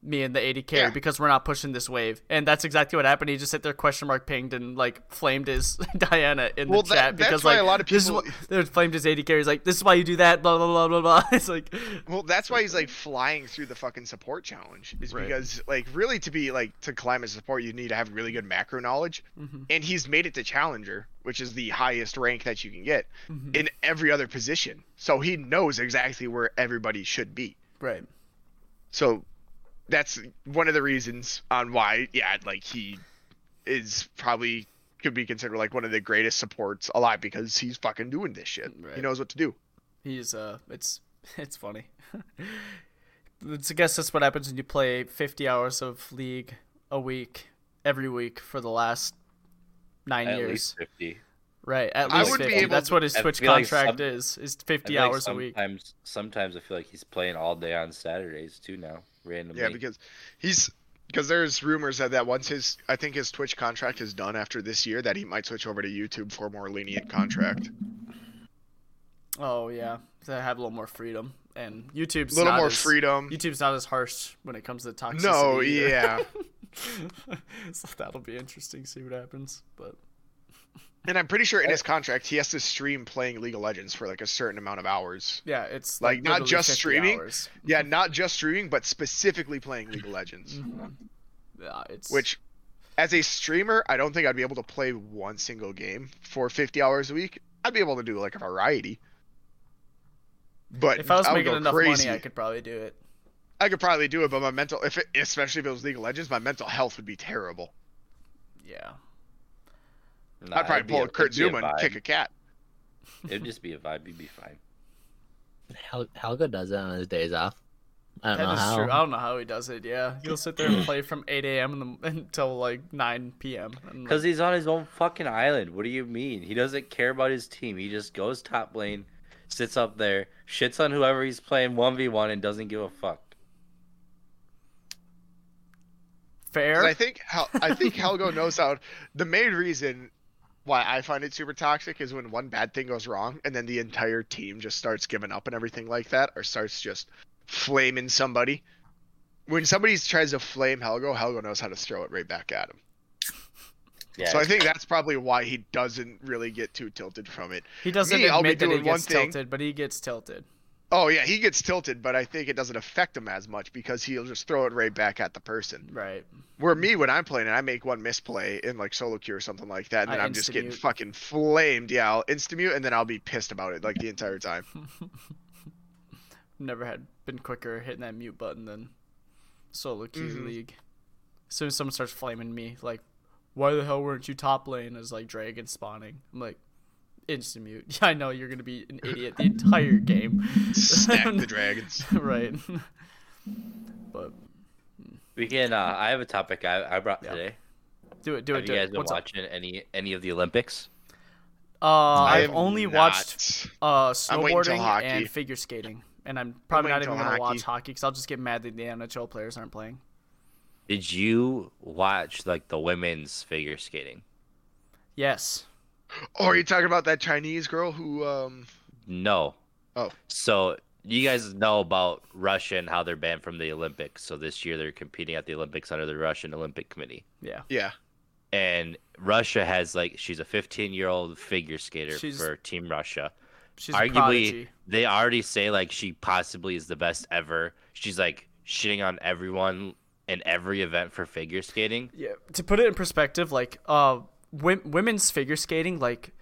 [SPEAKER 2] me and the 80 carry
[SPEAKER 3] Yeah.
[SPEAKER 2] because we're not pushing this wave and that's exactly what happened he just hit there question mark pinged and like flamed his diana in
[SPEAKER 3] Well,
[SPEAKER 2] the
[SPEAKER 3] that-
[SPEAKER 2] chat
[SPEAKER 3] that's
[SPEAKER 2] because
[SPEAKER 3] why
[SPEAKER 2] like
[SPEAKER 3] a lot of
[SPEAKER 2] this is
[SPEAKER 3] people-
[SPEAKER 2] what- they're flamed his 80 carries like this is why you do that blah blah blah blah blah it's like
[SPEAKER 3] Well, that's why he's like flying through the fucking support challenge. Is
[SPEAKER 2] Right.
[SPEAKER 3] because like really to be like to climb a support, you need to have really good macro knowledge,
[SPEAKER 2] Mm-hmm.
[SPEAKER 3] and he's made it to challenger, which is the highest rank that you can get
[SPEAKER 2] Mm-hmm.
[SPEAKER 3] in every other position. So he knows exactly where everybody should be.
[SPEAKER 2] right
[SPEAKER 3] So that's one of the reasons on why, yeah, like he is probably could be considered like one of the greatest supports alive because he's fucking doing this shit. He
[SPEAKER 2] Right.
[SPEAKER 3] knows what to do.
[SPEAKER 2] he's uh it's it's funny It's- i guess that's what happens when you play 50 hours of league a week every week for the last nine
[SPEAKER 4] At
[SPEAKER 2] years
[SPEAKER 4] least fifty.
[SPEAKER 2] right at
[SPEAKER 3] I
[SPEAKER 2] least
[SPEAKER 3] would be
[SPEAKER 2] 50
[SPEAKER 3] able
[SPEAKER 2] that's
[SPEAKER 3] to-
[SPEAKER 2] what his
[SPEAKER 4] I
[SPEAKER 2] twitch
[SPEAKER 4] feel like
[SPEAKER 2] contract
[SPEAKER 4] some-
[SPEAKER 2] is is
[SPEAKER 4] I
[SPEAKER 2] 50
[SPEAKER 4] feel like
[SPEAKER 2] hours a week
[SPEAKER 4] Sometimes, sometimes I feel like he's playing all day on Saturdays too now, randomly.
[SPEAKER 3] Yeah, because he's because there's rumors that that once his I think his Twitch contract is done after this year that he might switch over to YouTube for a more lenient contract.
[SPEAKER 2] oh yeah to have a little more freedom and youtube's
[SPEAKER 3] A little
[SPEAKER 2] not
[SPEAKER 3] more
[SPEAKER 2] as-
[SPEAKER 3] freedom.
[SPEAKER 2] youtube's not as harsh when it comes to toxicity
[SPEAKER 3] No,
[SPEAKER 2] either.
[SPEAKER 3] yeah.
[SPEAKER 2] so that'll be interesting see what happens but
[SPEAKER 3] and I'm pretty sure in his contract he has to stream playing League of Legends for like a certain amount of hours.
[SPEAKER 2] yeah it's
[SPEAKER 3] Like, not
[SPEAKER 2] literally
[SPEAKER 3] just
[SPEAKER 2] 50
[SPEAKER 3] streaming?
[SPEAKER 2] hours.
[SPEAKER 3] Yeah, not just streaming, but specifically playing League of Legends.
[SPEAKER 2] Mm-hmm. yeah it's
[SPEAKER 3] Which as a streamer, I don't think I'd be able to play one single game for 50 hours a week. I'd be able to do like a variety. But
[SPEAKER 2] If I was
[SPEAKER 3] would
[SPEAKER 2] making
[SPEAKER 3] go
[SPEAKER 2] enough
[SPEAKER 3] crazy.
[SPEAKER 2] money, I could probably do it.
[SPEAKER 3] I could probably do it, but my mental, if it, especially if it was League of Legends, my mental health would be terrible.
[SPEAKER 2] Yeah.
[SPEAKER 4] Nah,
[SPEAKER 3] I'd
[SPEAKER 4] it'd
[SPEAKER 3] probably
[SPEAKER 4] be
[SPEAKER 3] pull
[SPEAKER 4] a-
[SPEAKER 3] a Kurt
[SPEAKER 4] it'd be a
[SPEAKER 3] Zuma and
[SPEAKER 4] vibe.
[SPEAKER 3] kick a cat.
[SPEAKER 4] It'd just be a vibe. You'd be fine.
[SPEAKER 6] Hel- Helga does that on his days off. I don't
[SPEAKER 2] That
[SPEAKER 6] know
[SPEAKER 2] is
[SPEAKER 6] how.
[SPEAKER 2] true. Oh. I don't know how he does it. Yeah, he'll sit there and play from 8 a.m. in the- until like 9 p.m. I'm like,
[SPEAKER 4] Because he's on his own fucking island. What do you mean? He doesn't care about his team. He just goes top lane, sits up there, shits on whoever he's playing 1v1, and doesn't give a fuck.
[SPEAKER 2] fair.
[SPEAKER 3] 'Cause I think Hel- I think Helgo knows how. The main reason why I find it super toxic is when one bad thing goes wrong, and then the entire team just starts giving up and everything like that, or starts just flaming somebody. When somebody tries to flame Helgo, Helgo knows how to throw it right back at him.
[SPEAKER 4] Yeah,
[SPEAKER 3] So I think that's probably why he doesn't really get too tilted from it.
[SPEAKER 2] he doesn't
[SPEAKER 3] Me, I'll be
[SPEAKER 2] admit that he
[SPEAKER 3] doing one
[SPEAKER 2] gets
[SPEAKER 3] thing.
[SPEAKER 2] tilted, but he gets tilted.
[SPEAKER 3] Oh yeah, he gets tilted, but I think it doesn't affect him as much because he'll just throw it right back at the person.
[SPEAKER 2] Right.
[SPEAKER 3] Where me, when I'm playing, and I make one misplay in like solo queue or something like that, and then
[SPEAKER 2] I
[SPEAKER 3] I'm just getting
[SPEAKER 2] instamute.
[SPEAKER 3] fucking flamed. Yeah, I'll instamute, and then I'll be pissed about it like the entire time.
[SPEAKER 2] Never had been quicker hitting that mute button than solo queue
[SPEAKER 3] Mm-hmm.
[SPEAKER 2] league. As soon as someone starts flaming me, like, why the hell weren't you top lane as like dragon spawning? I'm like, instant mute. Yeah, I know you're gonna be an idiot the entire game.
[SPEAKER 3] Stack the dragons.
[SPEAKER 2] right. but
[SPEAKER 4] we can. Uh, I have a topic I, I brought
[SPEAKER 2] Yeah.
[SPEAKER 4] today.
[SPEAKER 2] do it, do it,
[SPEAKER 4] Have
[SPEAKER 2] do
[SPEAKER 4] you guys
[SPEAKER 2] it.
[SPEAKER 4] been
[SPEAKER 2] What's up?
[SPEAKER 4] watching any any of the Olympics?
[SPEAKER 2] Uh, I've
[SPEAKER 3] have
[SPEAKER 2] only
[SPEAKER 3] not.
[SPEAKER 2] watched uh,
[SPEAKER 3] I'm waiting till
[SPEAKER 2] snowboarding
[SPEAKER 3] hockey.
[SPEAKER 2] and figure skating, and I'm probably not
[SPEAKER 3] waiting
[SPEAKER 2] even
[SPEAKER 3] till
[SPEAKER 2] gonna watch
[SPEAKER 3] hockey.
[SPEAKER 2] hockey because I'll just get mad that the NHL players aren't playing.
[SPEAKER 4] Did you watch like the women's figure skating?
[SPEAKER 2] Yes.
[SPEAKER 3] Oh, are you talking about that Chinese girl who? um
[SPEAKER 4] No.
[SPEAKER 3] Oh.
[SPEAKER 4] So you guys know about Russia and how they're banned from the Olympics. So this year they're competing at the Olympics under the Russian Olympic Committee.
[SPEAKER 2] Yeah.
[SPEAKER 3] Yeah.
[SPEAKER 4] And Russia has like she's a 15 year old figure skater
[SPEAKER 2] She's-
[SPEAKER 4] for Team Russia.
[SPEAKER 2] She's a
[SPEAKER 4] Arguably,
[SPEAKER 2] prodigy.
[SPEAKER 4] they already say like she possibly is the best ever. She's like shitting on everyone in every event for figure skating.
[SPEAKER 2] Yeah. To put it in perspective, like uh, w- women's figure skating, like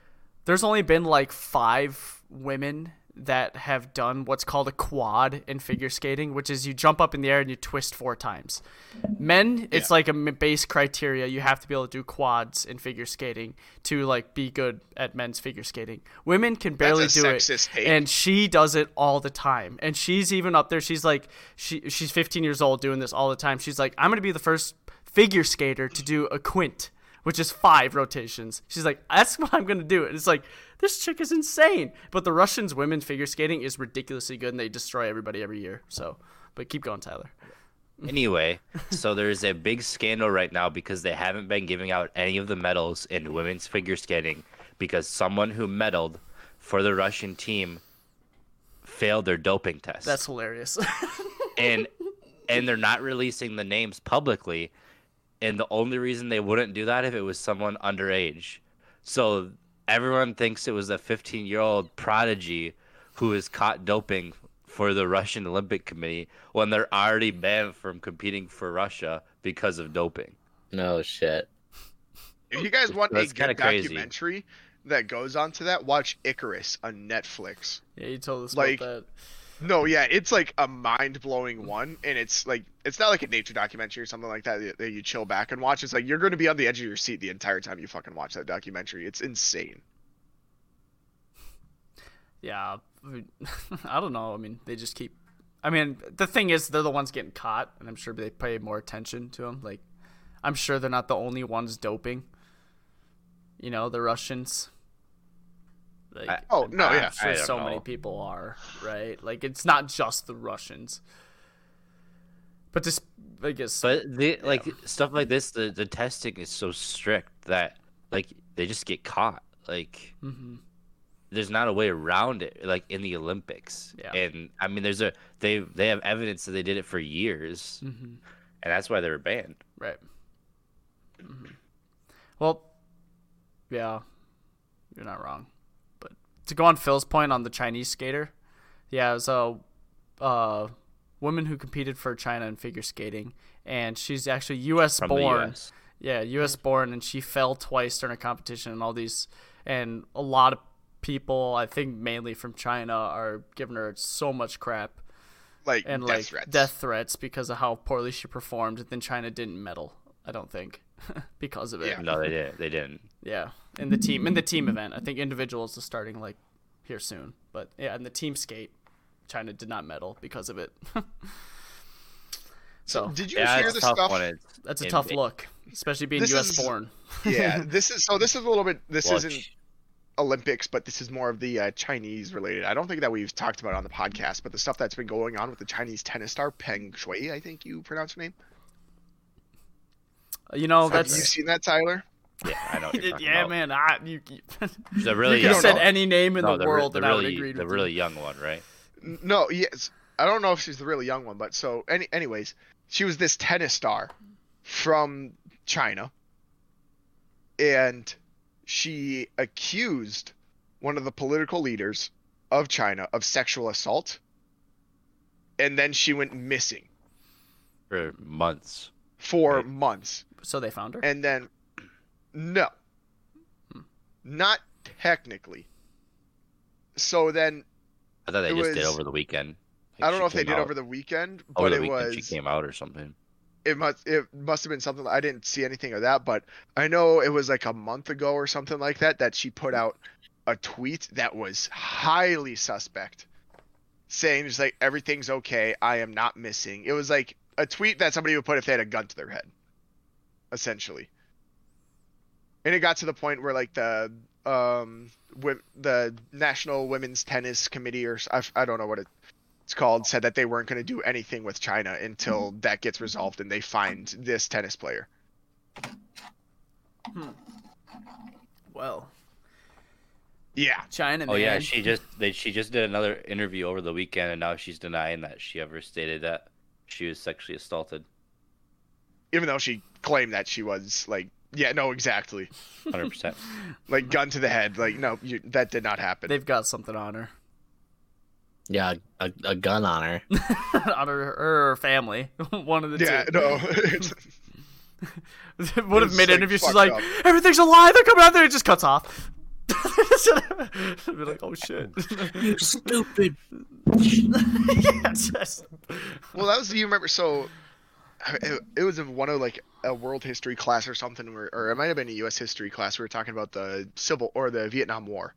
[SPEAKER 2] there's only been like five women that have done what's called a quad in figure skating, which is you jump up in the air and you twist four times. Men, it's like a m- base criteria. You have to be able to do quads in figure skating to like be good at men's figure skating. Women can barely
[SPEAKER 3] a
[SPEAKER 2] do it,
[SPEAKER 3] sexist take.
[SPEAKER 2] and she does it all the time. And she's even up there. She's like, she she's 15 years old doing this all the time. She's like, I'm gonna be the first figure skater to do a quint, which is five rotations. She's like, that's what I'm gonna do. And it's like, this chick is insane. But the Russians women figure skating is ridiculously good and they destroy everybody every year. So but keep going, Tyler.
[SPEAKER 4] Anyway, so there's a big scandal right now because they haven't been giving out any of the medals in women's figure skating because someone who medaled for the Russian team failed their doping test.
[SPEAKER 2] That's hilarious.
[SPEAKER 4] and and they're not releasing the names publicly. And the only reason they wouldn't do that if it was someone underage. So everyone thinks it was a 15 year old prodigy who was caught doping for the Russian Olympic Committee when they're already banned from competing for Russia because of doping.
[SPEAKER 6] No shit.
[SPEAKER 3] If you guys want
[SPEAKER 4] That's
[SPEAKER 3] a
[SPEAKER 4] kinda
[SPEAKER 3] good
[SPEAKER 4] crazy.
[SPEAKER 3] documentary that goes on to that, watch Icarus on Netflix.
[SPEAKER 2] yeah, you told us
[SPEAKER 3] Like-
[SPEAKER 2] about that.
[SPEAKER 3] No, yeah, it's like a mind blowing one, and it's like it's not like a nature documentary or something like that that- that you chill back and watch. It's like you're going to be on the edge of your seat the entire time you fucking watch that documentary. It's insane.
[SPEAKER 2] Yeah, I mean, I don't know. I mean, they just keep. I mean, the thing is, they're the ones getting caught, and I'm sure they pay more attention to them. Like, I'm sure they're not the only ones doping. You know, the Russians. Like,
[SPEAKER 4] I-
[SPEAKER 3] Oh, no,
[SPEAKER 2] I'm
[SPEAKER 3] yeah,
[SPEAKER 2] sure
[SPEAKER 4] I don't
[SPEAKER 2] so many
[SPEAKER 4] know.
[SPEAKER 2] people are right. Like, it's not just the Russians. But just, I guess,
[SPEAKER 4] But the like stuff like this, the, the testing is so strict that like they just get caught. Like
[SPEAKER 2] Mhm.
[SPEAKER 4] there's not a way around it. Like in the Olympics,
[SPEAKER 2] Yeah.
[SPEAKER 4] and I mean, there's a they they have evidence that they did it for years,
[SPEAKER 2] Mhm.
[SPEAKER 4] and that's why they were banned.
[SPEAKER 2] Right. Mm-hmm. Well, yeah, you're not wrong. But to go on Phil's point on the Chinese skater, yeah, it was a uh, woman who competed for China in figure skating, and she's actually U.S.
[SPEAKER 4] From the
[SPEAKER 2] born.
[SPEAKER 4] US.
[SPEAKER 2] Yeah, U.S. born, and she fell twice during a competition, and all these, and a lot of people, I think mainly from China, are giving her so much crap
[SPEAKER 3] Like
[SPEAKER 2] and
[SPEAKER 3] death
[SPEAKER 2] like
[SPEAKER 3] threats.
[SPEAKER 2] death threats because of how poorly she performed. Then China didn't medal, I don't think, because of it.
[SPEAKER 3] Yeah.
[SPEAKER 4] No, they didn't. They didn't.
[SPEAKER 2] Yeah, in the team in the team event, I think individuals is starting like here soon. But yeah, in the team skate, China did not medal because of it. so
[SPEAKER 3] Did you
[SPEAKER 4] Yeah,
[SPEAKER 3] hear
[SPEAKER 4] it's
[SPEAKER 3] the
[SPEAKER 4] a tough
[SPEAKER 3] stuff?
[SPEAKER 4] one. It's,
[SPEAKER 2] that's a
[SPEAKER 4] and
[SPEAKER 2] tough
[SPEAKER 4] it-
[SPEAKER 2] look, especially being
[SPEAKER 3] This
[SPEAKER 2] U.S.
[SPEAKER 3] is-
[SPEAKER 2] born.
[SPEAKER 3] yeah, this is so. This is a little bit. This
[SPEAKER 4] well,
[SPEAKER 3] isn't Olympics, but this is more of the uh, Chinese related. I don't think that we've talked about it on the podcast, but the stuff that's been going on with the Chinese tennis star Peng Shuai, I think you pronounce her name.
[SPEAKER 2] You know
[SPEAKER 3] Have you
[SPEAKER 2] that's
[SPEAKER 3] seen that, Tyler?
[SPEAKER 4] yeah, I know. What you're talking
[SPEAKER 2] yeah,
[SPEAKER 4] about.
[SPEAKER 2] man. I, you you
[SPEAKER 4] The really
[SPEAKER 2] could
[SPEAKER 4] young
[SPEAKER 2] have said
[SPEAKER 4] one.
[SPEAKER 2] any name in
[SPEAKER 4] No,
[SPEAKER 2] the
[SPEAKER 4] re-
[SPEAKER 2] world, and I would
[SPEAKER 4] really-
[SPEAKER 2] agree with
[SPEAKER 4] the
[SPEAKER 2] you.
[SPEAKER 4] really young one, right?
[SPEAKER 3] N- No, yes. I don't know if she's the really young one, but so any, anyways, she was this tennis star from China, and she accused one of the political leaders of China of sexual assault, and then she went missing
[SPEAKER 4] For months.
[SPEAKER 3] for
[SPEAKER 4] Right.
[SPEAKER 3] months.
[SPEAKER 2] So they found her.
[SPEAKER 3] And then, no, not technically. So then,
[SPEAKER 4] I thought they
[SPEAKER 3] It
[SPEAKER 4] just did
[SPEAKER 3] was-
[SPEAKER 4] over the weekend.
[SPEAKER 3] I don't know if they did over the weekend, but
[SPEAKER 4] over the
[SPEAKER 3] it
[SPEAKER 4] weekend
[SPEAKER 3] was
[SPEAKER 4] she came out or something.
[SPEAKER 3] it must it must have been something I didn't see anything of that, but I know it was like a month ago or something like that that she put out a tweet that was highly suspect, saying just like everything's okay, I am not missing. It was like a tweet that somebody would put if they had a gun to their head, essentially. And it got to the point where like the um wi- the National Women's Tennis Committee or s- I, f- I don't know what it it's called said that they weren't going to do anything with China until that gets resolved and they find this tennis player.
[SPEAKER 2] well,
[SPEAKER 3] Yeah.
[SPEAKER 2] China.
[SPEAKER 4] Oh yeah,
[SPEAKER 2] man.
[SPEAKER 4] she just they, she just did another interview over the weekend, and now she's denying that she ever stated that she was sexually assaulted.
[SPEAKER 3] Even though she claimed that she was like, yeah, no, exactly.
[SPEAKER 4] Hundred percent.
[SPEAKER 3] Like gun to the head. Like, no, you, that did not happen.
[SPEAKER 2] They've got something on her,
[SPEAKER 6] Yeah, a, a gun on her.
[SPEAKER 2] on her, her family. One of the
[SPEAKER 3] yeah,
[SPEAKER 2] two.
[SPEAKER 3] no. It's-
[SPEAKER 2] would have
[SPEAKER 3] It's,
[SPEAKER 2] made
[SPEAKER 3] like,
[SPEAKER 2] interview. She's
[SPEAKER 3] fucked
[SPEAKER 2] like,
[SPEAKER 3] up.
[SPEAKER 2] everything's alive. They're coming out there. It just cuts off. Be like, oh shit.
[SPEAKER 6] Stupid.
[SPEAKER 2] yeah, just-
[SPEAKER 3] well, that was you remember. So it, it was in one of like a world history class or something, where, or it might have been a U.S. history class. We were talking about the civil or the Vietnam War,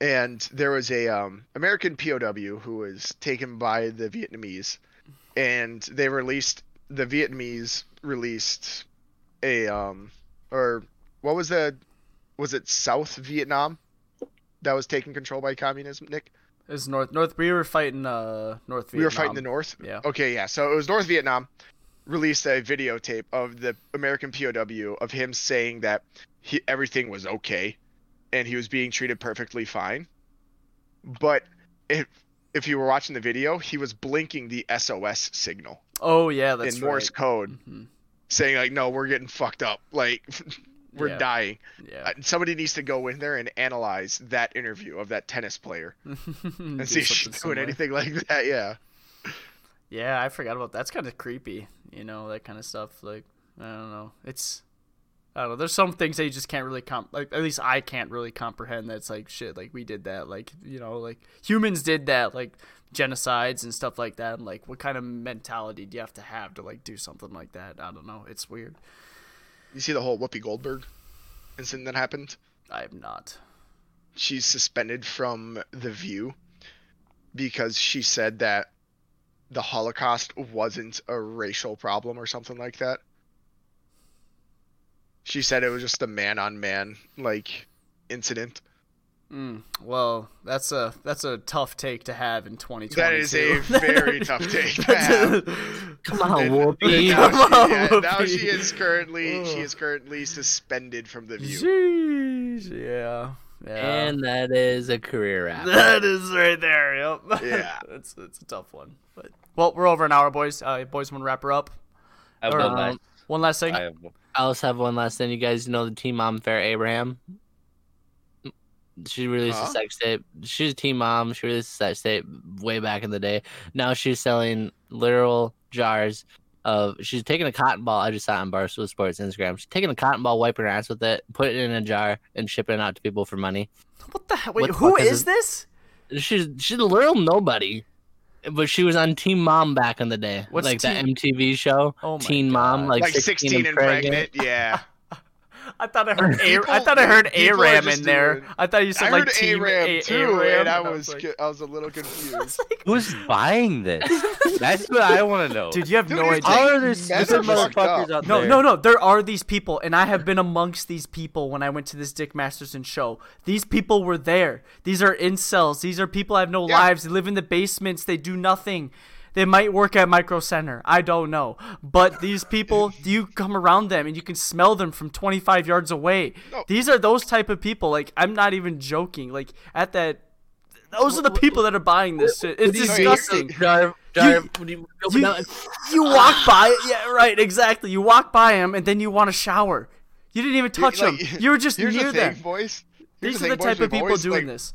[SPEAKER 3] and there was a um, American POW who was taken by the Vietnamese, and they released the Vietnamese released a um or what was the was it South Vietnam that was taken control by communism, Nick?
[SPEAKER 2] It's North North. We were fighting uh North.
[SPEAKER 3] We were fighting the North.
[SPEAKER 2] Yeah.
[SPEAKER 3] Okay, yeah. So it was North Vietnam released a videotape of the American POW of him saying that he, everything was okay and he was being treated perfectly fine. But if if you were watching the video, he was blinking the SOS signal
[SPEAKER 2] Oh yeah, that's
[SPEAKER 3] in Morse
[SPEAKER 2] right.
[SPEAKER 3] code,
[SPEAKER 2] Mhm.
[SPEAKER 3] saying like, "No, we're getting fucked up. Like, we're
[SPEAKER 2] Yeah.
[SPEAKER 3] dying."
[SPEAKER 2] Yeah.
[SPEAKER 3] Uh, somebody needs to go in there and analyze that interview of that tennis player and see if she's doing anything like that. Yeah.
[SPEAKER 2] Yeah, I forgot about that's kind of creepy. You know that kind of stuff. Like I don't know. It's I don't know. There's some things that you just can't really comp. Like at least I can't really comprehend. That's like shit. Like we did that. Like you know, like humans did that. Like genocides and stuff like that. And like what kind of mentality do you have to have to like do something like that? I don't know. It's weird.
[SPEAKER 3] You see the whole Whoopi Goldberg incident that happened?
[SPEAKER 2] I have not.
[SPEAKER 3] She's suspended from The View because she said that the Holocaust wasn't a racial problem or something like that. She said it was just a man on man like incident.
[SPEAKER 2] Mm, well, that's a that's a tough take to have in 2022.
[SPEAKER 3] That is a very tough take to
[SPEAKER 2] That's a-
[SPEAKER 6] Come on,
[SPEAKER 3] And-
[SPEAKER 6] Whoopi.
[SPEAKER 3] Now,
[SPEAKER 2] Come
[SPEAKER 3] she,
[SPEAKER 2] on,
[SPEAKER 3] yeah, now
[SPEAKER 2] Whoopi.
[SPEAKER 3] she is currently she is currently suspended from the view.
[SPEAKER 2] Jeez, yeah, yeah.
[SPEAKER 6] And that is a career wrap.
[SPEAKER 2] that is right there. Yep.
[SPEAKER 3] Yeah.
[SPEAKER 2] it's it's a tough one. But well, we're over an hour, boys. Uh, boys, want to wrap her up.
[SPEAKER 4] I have
[SPEAKER 2] Or,
[SPEAKER 4] one last-
[SPEAKER 2] um, One last thing.
[SPEAKER 4] I have one-
[SPEAKER 6] I also have one last thing. You guys know the team mom Fair Abraham. She released
[SPEAKER 3] Huh?
[SPEAKER 6] a sex tape. She's a team mom. She released a sex tape way back in the day. Now she's selling literal jars of. She's taking a cotton ball. I just saw it on Barstool Sports Instagram. She's taking a cotton ball, wiping her ass with it, put it in a jar, and shipping it out to people for money.
[SPEAKER 2] what the hell? Wait,
[SPEAKER 6] what the
[SPEAKER 2] who
[SPEAKER 6] fuck is
[SPEAKER 2] is
[SPEAKER 6] it?
[SPEAKER 2] this?
[SPEAKER 6] She's she's a literal nobody, but she was on Team Mom back in the day,
[SPEAKER 2] What's
[SPEAKER 6] like that
[SPEAKER 2] Teen-
[SPEAKER 6] MTV show,
[SPEAKER 2] Oh my
[SPEAKER 6] Teen Mom,
[SPEAKER 2] God.
[SPEAKER 6] like,
[SPEAKER 3] Like, 16, and pregnant. Yeah.
[SPEAKER 2] I thought I heard. A- I
[SPEAKER 3] People-
[SPEAKER 2] thought I heard
[SPEAKER 3] people are
[SPEAKER 2] Aram
[SPEAKER 3] just
[SPEAKER 2] in there.
[SPEAKER 3] doing-
[SPEAKER 2] I thought you said
[SPEAKER 3] I
[SPEAKER 2] like
[SPEAKER 3] heard
[SPEAKER 2] team
[SPEAKER 3] Aram
[SPEAKER 2] A-
[SPEAKER 3] too,
[SPEAKER 2] Aram,
[SPEAKER 3] and I
[SPEAKER 2] I
[SPEAKER 3] was
[SPEAKER 2] like-
[SPEAKER 3] co- I was a little confused.
[SPEAKER 4] Who's buying this? That's what I want to know.
[SPEAKER 2] Dude, you have
[SPEAKER 3] Dude,
[SPEAKER 2] no
[SPEAKER 3] it's
[SPEAKER 2] idea.
[SPEAKER 3] like-
[SPEAKER 7] How are there stupid
[SPEAKER 3] That's fucked
[SPEAKER 7] motherfuckers
[SPEAKER 3] up.
[SPEAKER 7] out
[SPEAKER 2] No,
[SPEAKER 7] there?
[SPEAKER 2] no, no. There are these people, and I have been amongst these people when I went to this Dick Masterson show. These people were there. These are incels. These are people have no
[SPEAKER 3] Yeah.
[SPEAKER 2] lives. They live in the basements. They do nothing. They might work at Micro Center. I don't know. But these people, you come around them and you can smell them from 25 yards away.
[SPEAKER 3] No.
[SPEAKER 2] These are those type of people. Like, I'm not even joking. Like, at that. Those are the people that are buying this shit. It's
[SPEAKER 3] you mean?
[SPEAKER 2] disgusting.
[SPEAKER 6] Jar,
[SPEAKER 2] jar-
[SPEAKER 6] jar, you,
[SPEAKER 2] You, you walk by, yeah, right, exactly. You walk by him, and then you want to shower. You didn't even touch
[SPEAKER 3] Like,
[SPEAKER 2] him. You were just
[SPEAKER 3] here's
[SPEAKER 2] near
[SPEAKER 3] the thing,
[SPEAKER 2] them.
[SPEAKER 3] boys. Here's
[SPEAKER 2] These
[SPEAKER 3] the
[SPEAKER 2] are the
[SPEAKER 3] thing, boys,
[SPEAKER 2] type of
[SPEAKER 3] we've
[SPEAKER 2] people
[SPEAKER 3] always,
[SPEAKER 2] doing
[SPEAKER 3] like,
[SPEAKER 2] this.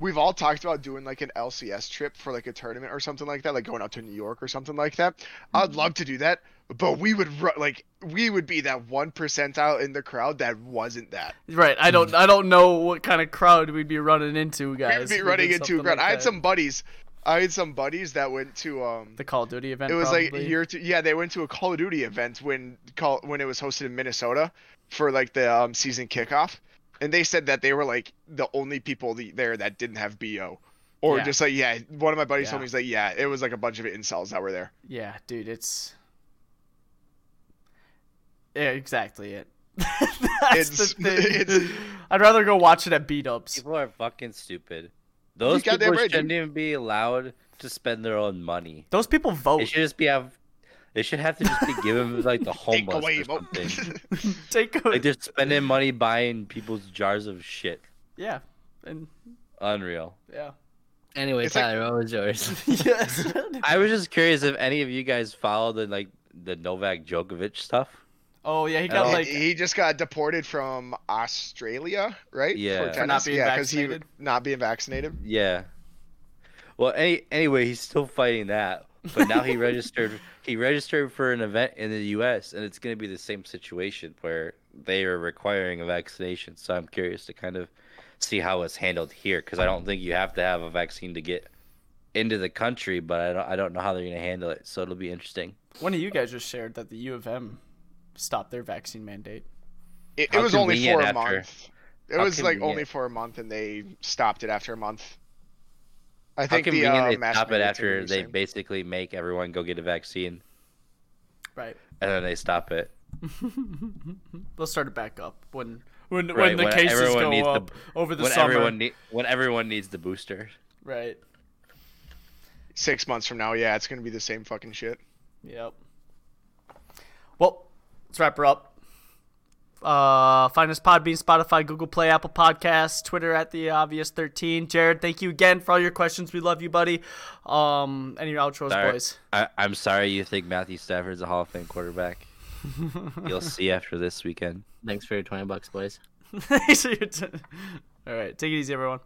[SPEAKER 3] We've all talked about doing like an LCS trip for like a tournament or something like that, like going out to New York or something like that.
[SPEAKER 2] Mm-hmm.
[SPEAKER 3] I'd love to do that, but we would ru- like we would be that one percentile in the crowd that wasn't that.
[SPEAKER 2] Right. I don't. I don't know what kind of crowd we'd be running into,
[SPEAKER 3] We
[SPEAKER 2] guys.
[SPEAKER 3] would Hmm. be
[SPEAKER 2] if we
[SPEAKER 3] running
[SPEAKER 2] did
[SPEAKER 3] into a
[SPEAKER 2] something
[SPEAKER 3] crowd.
[SPEAKER 2] like
[SPEAKER 3] I had
[SPEAKER 2] that.
[SPEAKER 3] some buddies. I had some buddies that went to um
[SPEAKER 2] the Call of Duty event.
[SPEAKER 3] it was like
[SPEAKER 2] probably.
[SPEAKER 3] a year two yeah they went to a call of duty event when call when it was hosted in minnesota for like the um, season kickoff and they said that they were like the only people the, there that didn't have bo or
[SPEAKER 2] Yeah.
[SPEAKER 3] just like yeah one of my buddies
[SPEAKER 2] Yeah.
[SPEAKER 3] told me he's like yeah it was like a bunch of incels that were there
[SPEAKER 2] Yeah, dude. It's. Yeah, exactly it. That's
[SPEAKER 3] It's-
[SPEAKER 2] the thing.
[SPEAKER 3] it's-
[SPEAKER 2] I'd rather go watch it at beat ups.
[SPEAKER 4] people are fucking stupid. Those
[SPEAKER 3] goddamn
[SPEAKER 4] people
[SPEAKER 3] right, dude.
[SPEAKER 4] shouldn't even be allowed to spend their own money.
[SPEAKER 2] Those people
[SPEAKER 4] They
[SPEAKER 2] vote.
[SPEAKER 4] should just be have. They should have to just be given like the
[SPEAKER 3] Take
[SPEAKER 4] homeless
[SPEAKER 3] away
[SPEAKER 4] or
[SPEAKER 3] vote.
[SPEAKER 4] something.
[SPEAKER 2] Take a,
[SPEAKER 4] like they're spending money buying people's jars of shit.
[SPEAKER 2] yeah, and
[SPEAKER 4] Unreal.
[SPEAKER 2] yeah.
[SPEAKER 6] Anyway,
[SPEAKER 3] It's like-
[SPEAKER 6] Tyler, what was yours?
[SPEAKER 2] yes.
[SPEAKER 4] I was just curious if any of you guys follow the like the Novak Djokovic stuff.
[SPEAKER 2] oh yeah, he got
[SPEAKER 4] Oh.
[SPEAKER 2] like
[SPEAKER 3] he just got deported from australia right
[SPEAKER 4] Yeah. For
[SPEAKER 2] not
[SPEAKER 3] tennis?
[SPEAKER 2] being
[SPEAKER 3] yeah because he
[SPEAKER 2] vaccinated?
[SPEAKER 3] not being vaccinated
[SPEAKER 4] Yeah. Well, any, anyway, he's still fighting that, but now he registered. He registered for an event in the U.S. and it's going to be the same situation where they are requiring a vaccination. So I'm curious to kind of see how it's handled here because I don't think you have to have a vaccine to get into the country, but I don't. I don't know how they're going to handle it. So it'll be interesting.
[SPEAKER 2] one of you guys just shared that the U of M stopped their vaccine mandate.
[SPEAKER 3] it, it
[SPEAKER 4] How
[SPEAKER 3] was only for a
[SPEAKER 4] convenient after-
[SPEAKER 3] month it
[SPEAKER 4] how
[SPEAKER 3] was like only
[SPEAKER 4] convenient.
[SPEAKER 3] for a month and they stopped it after a month I
[SPEAKER 4] How
[SPEAKER 3] think the
[SPEAKER 4] convenient
[SPEAKER 3] uh,
[SPEAKER 4] they
[SPEAKER 3] mask
[SPEAKER 4] stop it
[SPEAKER 3] mandates are
[SPEAKER 4] after
[SPEAKER 3] the
[SPEAKER 4] they
[SPEAKER 3] same.
[SPEAKER 4] basically make everyone go get a vaccine.
[SPEAKER 2] Right.
[SPEAKER 4] and then they stop it.
[SPEAKER 2] They'll start it back up when when
[SPEAKER 4] Right,
[SPEAKER 2] when the cases
[SPEAKER 4] everyone
[SPEAKER 2] go
[SPEAKER 4] needs
[SPEAKER 2] up over the
[SPEAKER 4] when
[SPEAKER 2] summer.
[SPEAKER 4] everyone need when everyone needs the booster.
[SPEAKER 2] right.
[SPEAKER 3] Six months from now, yeah, it's gonna be the same fucking shit.
[SPEAKER 2] Yep. Well, let's wrap her up. Uh, find us Podbean, Spotify, Google Play, Apple Podcasts, Twitter at the obvious thirteen. Jared, thank you again for all your questions. We love you, buddy. Um, any outros,
[SPEAKER 4] Sorry,
[SPEAKER 2] boys?
[SPEAKER 4] I, I'm sorry you think Matthew Stafford's a Hall of Fame quarterback. You'll see after this weekend.
[SPEAKER 6] Thanks for your 20 bucks, boys.
[SPEAKER 2] all right, take it easy, everyone.